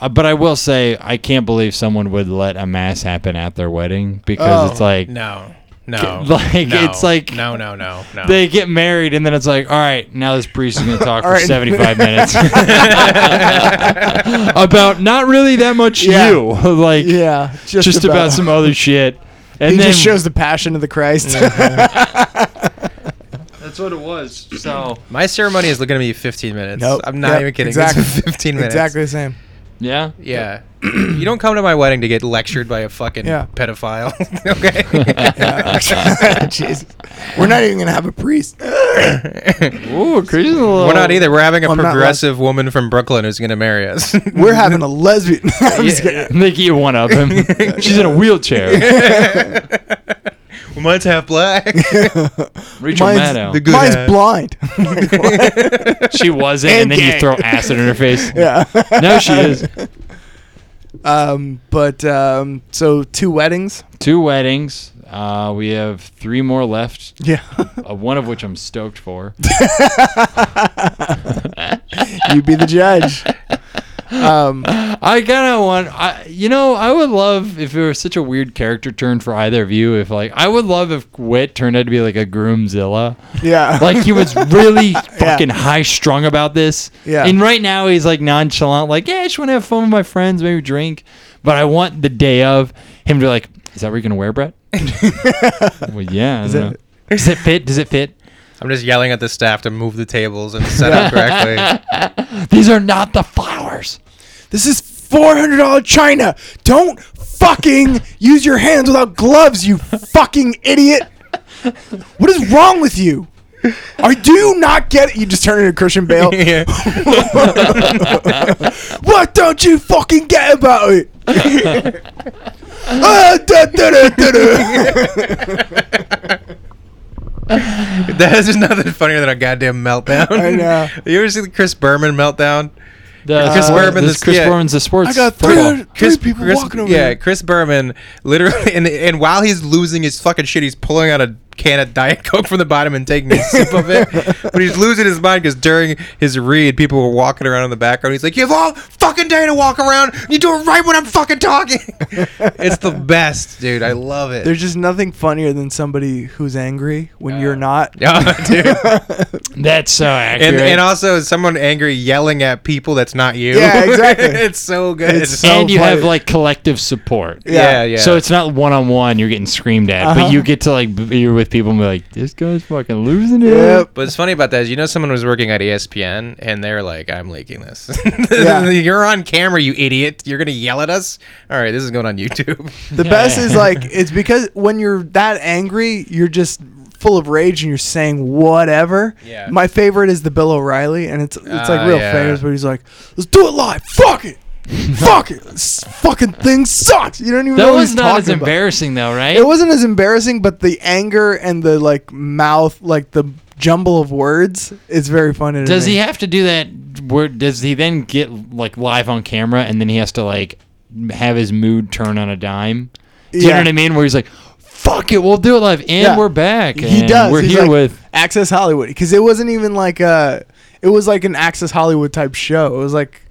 uh, but I will say, I can't believe someone would let a mass happen at their wedding because
Oh,
it's like
No, no,
Like,
no,
it's like-
no, no, no, no.
they get married, and then it's like, all right, now this priest is going to talk
All
for
right.
seventy-five minutes about not really that much
Yeah.
you, like
Yeah,
just, about. some other shit. And
he
then
just shows the passion of the Christ.
That's what it was. So
My ceremony is going to be 15 minutes.
Nope.
I'm not
Yep.
even kidding.
Exactly.
It's 15 minutes.
Exactly the same.
yeah,
Yeah. you don't come to my wedding to get lectured by a fucking
Yeah.
pedophile. okay.
Yeah. Jesus. We're not even gonna have a priest.
ooh, crazy. Little,
We're not either. We're having a
I'm not left.
progressive woman from Brooklyn who's going to marry us.
We're having a lesbian. I'm just
Yeah.
kidding.
Nikki, you one up him. Um, She's in a wheelchair.
Mine's half black.
Rachel
Mine's
Maddow.
the good
Mine's
ass.
blind.
she wasn't, and,
And
then you
gay.
throw acid in her face.
yeah.
No, she is.
Um, but um, so two weddings.
Two weddings. Uh, we have three more left.
Yeah.
Uh, one of which I'm stoked for.
you be the judge. Um,
I kind of want, I, you know, I would love if it was such a weird character turn for either of you. If like, I would love if Wit turned out to be like a groomzilla.
yeah.
Like he was really fucking high strung about this.
Yeah.
And right now he's like nonchalant, like, yeah, I just want to have fun with my friends, maybe drink. But I want the day of him to be like, is that what you're gonna wear, Brett? well, yeah. I
Is
don't
it-
know. Does it fit? Does it fit?
I'm just yelling at the staff to move the tables and set up correctly.
These are not the flowers.
This is four hundred dollar china. Don't fucking use your hands without gloves, you fucking idiot. What is wrong with you? Are do you not get it? You just turn into Christian Bale.
Yeah.
what don't you fucking get about it? Ah, da, da, da, da, da.
That is just nothing funnier than a goddamn meltdown.
I know.
you ever see the Chris Berman meltdown?
The
Chris
sports-
Berman,
this
the-
Chris
yeah.
Berman's the sports.
I got three,
football.
three people walking over
yeah,
here.
Chris Berman literally, and, and while he's losing his fucking shit, he's pulling out a can of Diet Coke from the bottom and taking a sip of it. But he's losing his mind because during his read, people were walking around in the background. He's like, "You have all fucking day to walk around. You do it right when I'm fucking talking." it's the best, dude. I love it.
There's just nothing funnier than somebody who's angry when you're not.
Yeah, dude.
That's so accurate.
And, and also someone angry yelling at people that's not you.
Yeah, exactly.
it's so good.
It's so-
And you have
funny.
like collective support.
yeah, yeah,
Yeah.
So it's not one on one. You're getting screamed at,
Uh-huh.
but you get to like b- you're with people and be like, "This guy's fucking losing it."
Yep.
But it's funny about that is you know someone was working at E ESPN and they're like, I'm leaking this.
Yeah.
You're on camera, you idiot. You're gonna yell at us? All right, this is going on YouTube.
The best is like it's because when you're that angry, you're just full of rage and you're saying whatever.
Yeah.
My favorite is the Bill O'Reilly, and it's it's
Ah,
like real
yeah.
famous, but he's like, "Let's do it live. Fuck it, fuck it. This fucking thing sucks." You don't even
That
know what
was
he's
not
talking
as
about.
embarrassing though, right?
It wasn't as embarrassing, but the anger and the like mouth, like the jumble of words, is very funny. To
does
me.
he have to do that? Where does he then get like live on camera and then he has to like m- have his mood turn on a dime? Do you know
Yeah.
what I mean? Where he's like, "Fuck it, we'll do it live," and
Yeah.
we're back.
He
and
does.
We're
He's
here
like,
with
Access Hollywood because it wasn't even like a. It was like an Access Hollywood type show. It was like,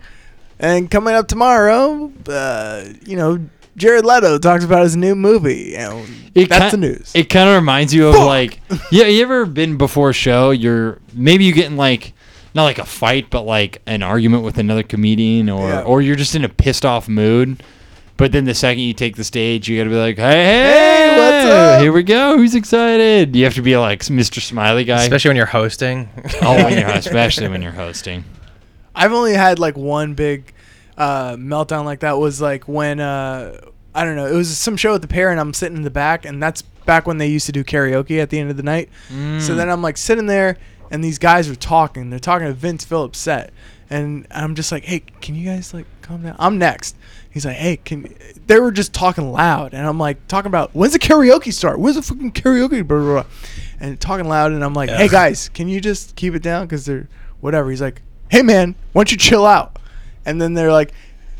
and coming up tomorrow, uh, you know, Jared Leto talks about his new movie, and
It
that's
kin-
the news.
It kind of reminds you of
Fuck.
like, yeah, you ever been before a show? You're maybe you get in like not like a fight, but like an argument with another comedian, or
Yeah.
or you're just in a pissed off mood. But then the second you take the stage, you gotta be like, hey, hey,
Hey, what's up?"
Here we go. Who's excited? You have to be like Mr. Smiley guy.
Especially when you're hosting.
oh, when you're, especially when you're hosting.
I've only had like one big uh, meltdown like that was like when uh, I don't know. It was some show at the pair, and I'm sitting in the back, and that's back when they used to do karaoke at the end of the night. So
Mm.
then I'm like sitting there, and these guys are talking. They're talking to Vince Phillips set, and I'm just like, "Hey, can you guys like calm down? I'm next." He's like, "Hey, can?" They were just talking loud, and I'm like talking about when's the karaoke start? Where's the fucking karaoke? Blah, blah, blah. And talking loud, and I'm like, "Hey guys, can you just keep it down? Cause they're whatever." He's like, "Hey man, why don't you chill out?" And then they're like.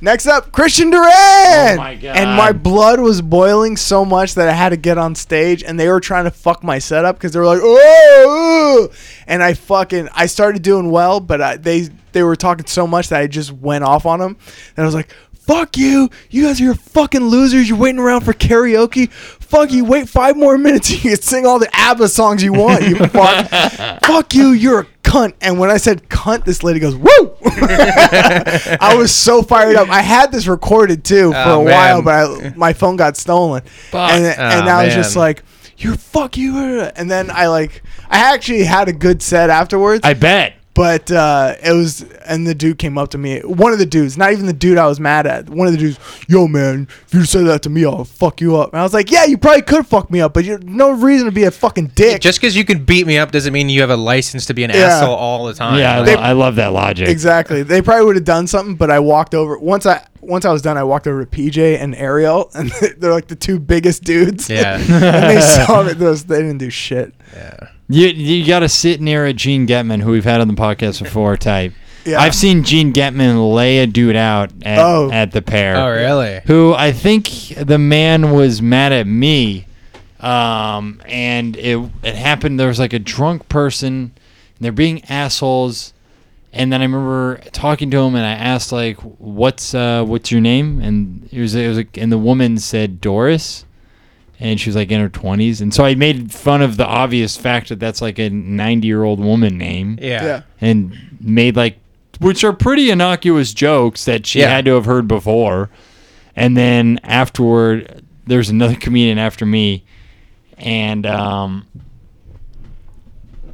Next up, Christian Duran.
Oh my God.
And my blood was boiling so much that I had to get on stage, and they were trying to fuck my setup because they were like, "Oh!" ooh." And I fucking I started doing well, but I, they they were talking so much that I just went off on them, and I was like. Fuck you! You guys are fucking losers. You're waiting around for karaoke. Fuck you! Wait five more minutes. You can sing all the ABBA songs you want. You fuck. fuck you! You're a cunt. And when I said cunt, this lady goes woo. I was so fired up. I had this recorded too for
Oh,
a while,
man.
but I, my phone got stolen.
Fuck.
And, and
Oh,
I was just
man.
like, "You fuck you," and then I like I actually had a good set afterwards.
I bet.
But uh, it was, and the dude came up to me. One of the dudes, not even the dude I was mad at. One of the dudes, yo man, if you said that to me, I'll fuck you up. And I was like, yeah, you probably could fuck me up, but you're no reason to be a fucking dick.
Just because you can beat me up doesn't mean you have a license to be an
Yeah.
asshole all the time.
Yeah, I,
They-
lo- I love that logic.
exactly. They probably would have done something, but I walked over once I once I was done. I walked over to PJ and Ariel, and they're like the two biggest dudes.
yeah,
and they saw it. Those they didn't do shit.
yeah.
You you got to sit near a Gene Getman who we've had on the podcast before type.
Yeah.
I've seen Gene Getman lay a dude out at,
Oh.
at the pair.
Oh, really?
Who I think the man was mad at me, um, and it it happened. There was like a drunk person, and they're being assholes. And then I remember talking to him, and I asked like, "What's uh, what's your name?" And it was it was like, and the woman said Doris and she was like in her 20s and so i made fun of the obvious fact that that's like a 90 year old woman name
Yeah.
Yeah.
and made like which are pretty innocuous jokes that she
Yeah.
had to have heard before and then afterward there's another comedian after me and um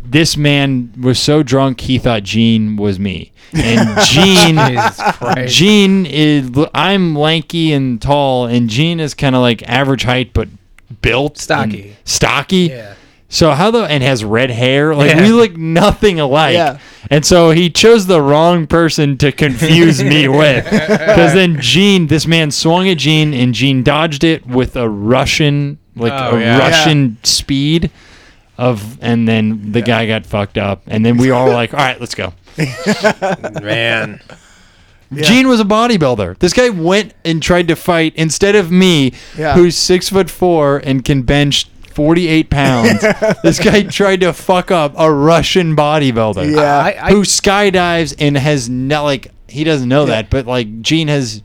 this man was so drunk he thought Gene was me, and Gene
Jesus Christ.
Gene is I'm lanky and tall, and Gene is kind of like average height but built
Stocky.
and stocky.
Yeah.
So how the and has red hair like
Yeah.
we look nothing alike.
Yeah.
And so he chose the wrong person to confuse me with because then Gene, this man swung at Gene and Gene dodged it with a Russian like
Oh,
a
yeah.
Russian speed of and then the guy got fucked up and then we all were like all right let's go.
Man.
Gene was a bodybuilder. This guy went and tried to fight instead of me,
Yeah.
who's six foot four and can bench forty eight pounds. this guy tried to fuck up a Russian bodybuilder
Yeah.
I, I,
who skydives and has no like he doesn't know that, but like Gene has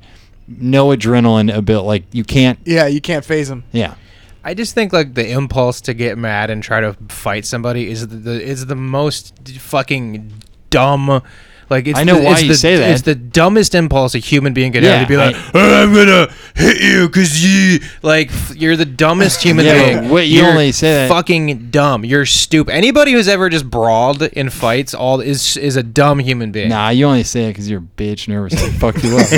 no adrenaline a bit. Like you can't.
Yeah, you can't phase them.
Yeah.
I just think like the impulse to get mad and try to fight somebody is the, the is the most fucking dumb. Like it's
I know
the,
why
it's
you
the,
say that.
It's the dumbest impulse a human being could
Yeah,
have to be like, "Oh, "I'm gonna hit you because you like f- you're the dumbest human
Yeah,
being."
but what- you
You're
only say that-
Fucking dumb. You're stupid. Anybody who's ever just brawled in fights all is is a dumb human being.
Nah, you only say it because you're a bitch nervous. and fucked you up.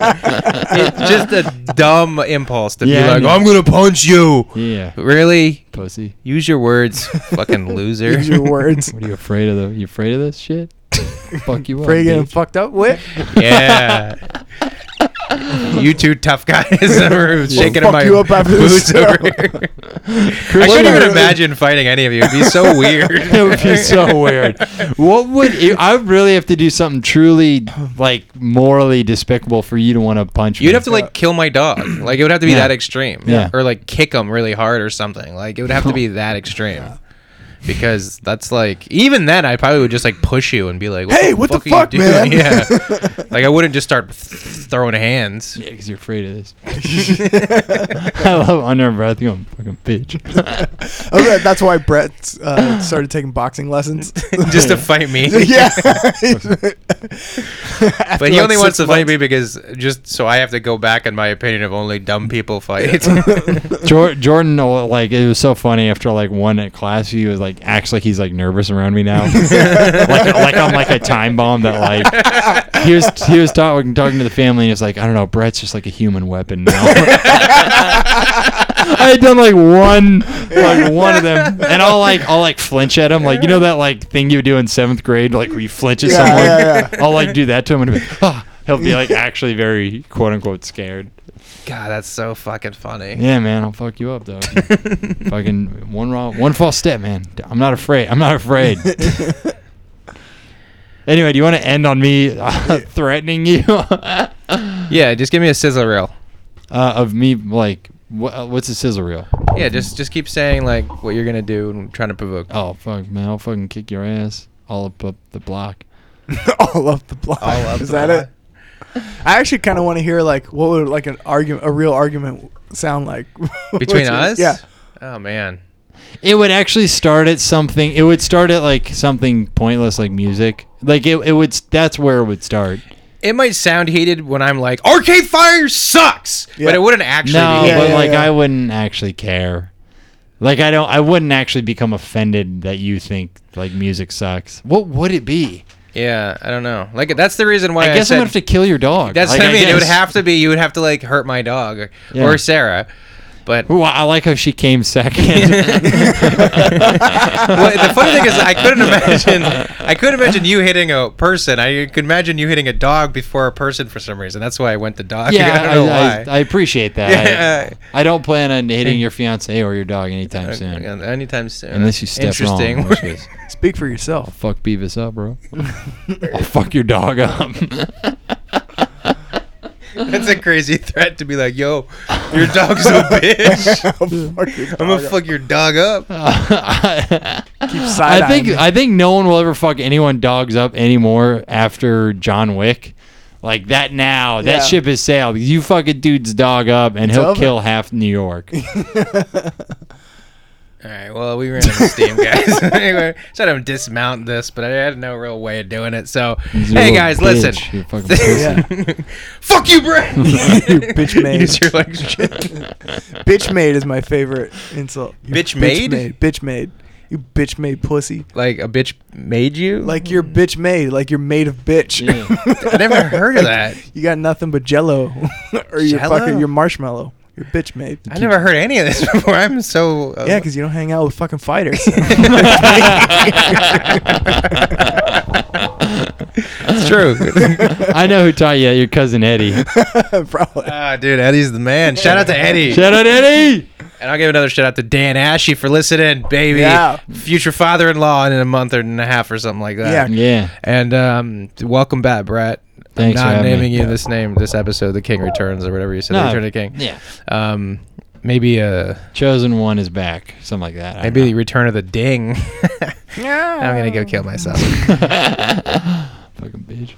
It's just a dumb impulse to
Yeah, I
be like,
know.
"I'm gonna punch you."
yeah,
Really?
pussy.
Use your words, fucking loser.
Use your words.
What are you afraid of? Though you afraid of this shit? Fuck you up.
Pray getting
Bitch.
fucked up with.
Yeah. you two tough guys over shaking
fuck
my
you up after
boots
this show.
over here. I couldn't even
Literally.
imagine fighting any of you. It'd be so weird.
it would be so weird. What would it, I would really have to do something truly like morally despicable for you to want to punch me?
You'd have to like kill my dog. Like it would have to be
Yeah.
that extreme.
Yeah.
Or like kick him really hard or something. Like it would have to be that extreme. Because that's like even then I probably would just like push you and be like,
Hey, what the
are you
fuck,
doing?" Yeah. like I wouldn't just start throwing hands.
Yeah, because you're afraid of this. I love under breath. You fucking bitch.
Okay, that's why Brett uh, started taking boxing lessons.
just to fight me.
yeah.
But he only wants to fight me because just so I have to go back in my opinion of only dumb people fight.
Jor- Jordan, uh, like it was so funny after like one at class, he was like acts like he's like nervous around me now, like like I'm like a time bomb that like he was he was talking talking to the family and he was like I don't know Brett's just like a human weapon now. I had done like one like one of them, and I'll like I'll like flinch at him like you know that like thing you do in seventh grade like where you flinch at
Yeah,
someone.
yeah, yeah.
I'll like do that to him and he'll be, "Ah." he'll be like actually very quote unquote scared.
God, that's so fucking funny.
Yeah, man, I'll fuck you up, though. Fucking one wrong, one false step, man. I'm not afraid. I'm not afraid. anyway, do you want to end on me uh, threatening you uh,
Yeah, just give me a sizzle reel.
of me like wha- uh, what's a sizzle reel?
Yeah, just just keep saying like what you're gonna do and trying to provoke.
Oh fuck, man, I'll fucking kick your ass all up up the block.
all up the block.
All up
Is
the
that
block.
it? I actually kind of want to hear like what would like an argument, a real argument, sound like
Between
What's your-
us?
Yeah.
Oh man.
It would actually start at something. It would start at like something pointless, like music. Like it, it would. s- That's where it would start.
It might sound heated when I'm like, Arcade Fire sucks!
Yeah.
But it wouldn't actually
no,
be
Yeah,
but
heated.
yeah,
like
yeah.
I wouldn't actually care. Like I don't I wouldn't actually become offended that you think like music sucks. What would it be?
Yeah, I don't know. Like that's the reason why
I guess I
said,
am gonna have to kill your dog.
That's
Like,
what I mean. It would
guess-
have to be. You would have to like hurt my dog or,
Yeah.
or Sarah. But
Ooh, I like how she came second.
well, the funny thing is, I couldn't imagine. I couldn't imagine you hitting a person. I could imagine you hitting a dog before a person for some reason. That's why I went to dog. I
yeah,
don't
I,
know
I,
why.
I appreciate that.
Yeah. Uh,
I, I don't plan on hitting your fiance or your dog anytime soon,
Okay, Anytime soon.
unless you step wrong.
Interesting.
in which case,
Speak for yourself.
fuck Beavis up, bro. I'll fuck your dog up.
That's a crazy threat to be like, yo, your dog's a bitch. I'm gonna fuck your dog up.
Keep side
I think I think no one will ever fuck anyone dogs up anymore after John Wick. Like that now,
Yeah.
that ship has sailed. You fuck a dude's dog up, and he'll
over.
kill half New York.
All right. Well, we ran out of steam, guys. anyway, tried to dismount this, but I had no real way of doing it. So,
He's a
hey,
little
guys,
bitch,
listen.
you fucking pussy.
Yeah.
Fuck you, Brett.
you bitch made.
Use your legs.
bitch made is my favorite insult. You
Bitch made?
Bitch made. You bitch made pussy.
like a bitch made you?
Like you're bitch made. Like you're made of bitch.
Yeah.
I never heard of that.
You got nothing but jello or your
Jell-O?
fucking your marshmallow. You're bitch made.
I never heard any of this before. I'm so uh,
Yeah, because you don't hang out with fucking fighters.
it's true.
I know who taught you. that, Your cousin Eddie.
Probably.
ah, dude, Eddie's the man. Shout out to Eddie.
Shout out Eddie.
And I'll give another shout out to Dan Ashy for listening, baby.
Yeah.
Future father in law in a month or and a half or something like that.
Yeah.
Yeah.
And um, welcome back, Brett.
Thanks for
I'm not
having me.
naming you this name this episode, The King Returns or whatever you said,
No,
Return of the King.
Yeah.
Um, maybe uh,
Chosen one is back. Something like that. I don't
maybe
know.
Return of the Ding. I'm gonna go kill myself.
Fucking bitch.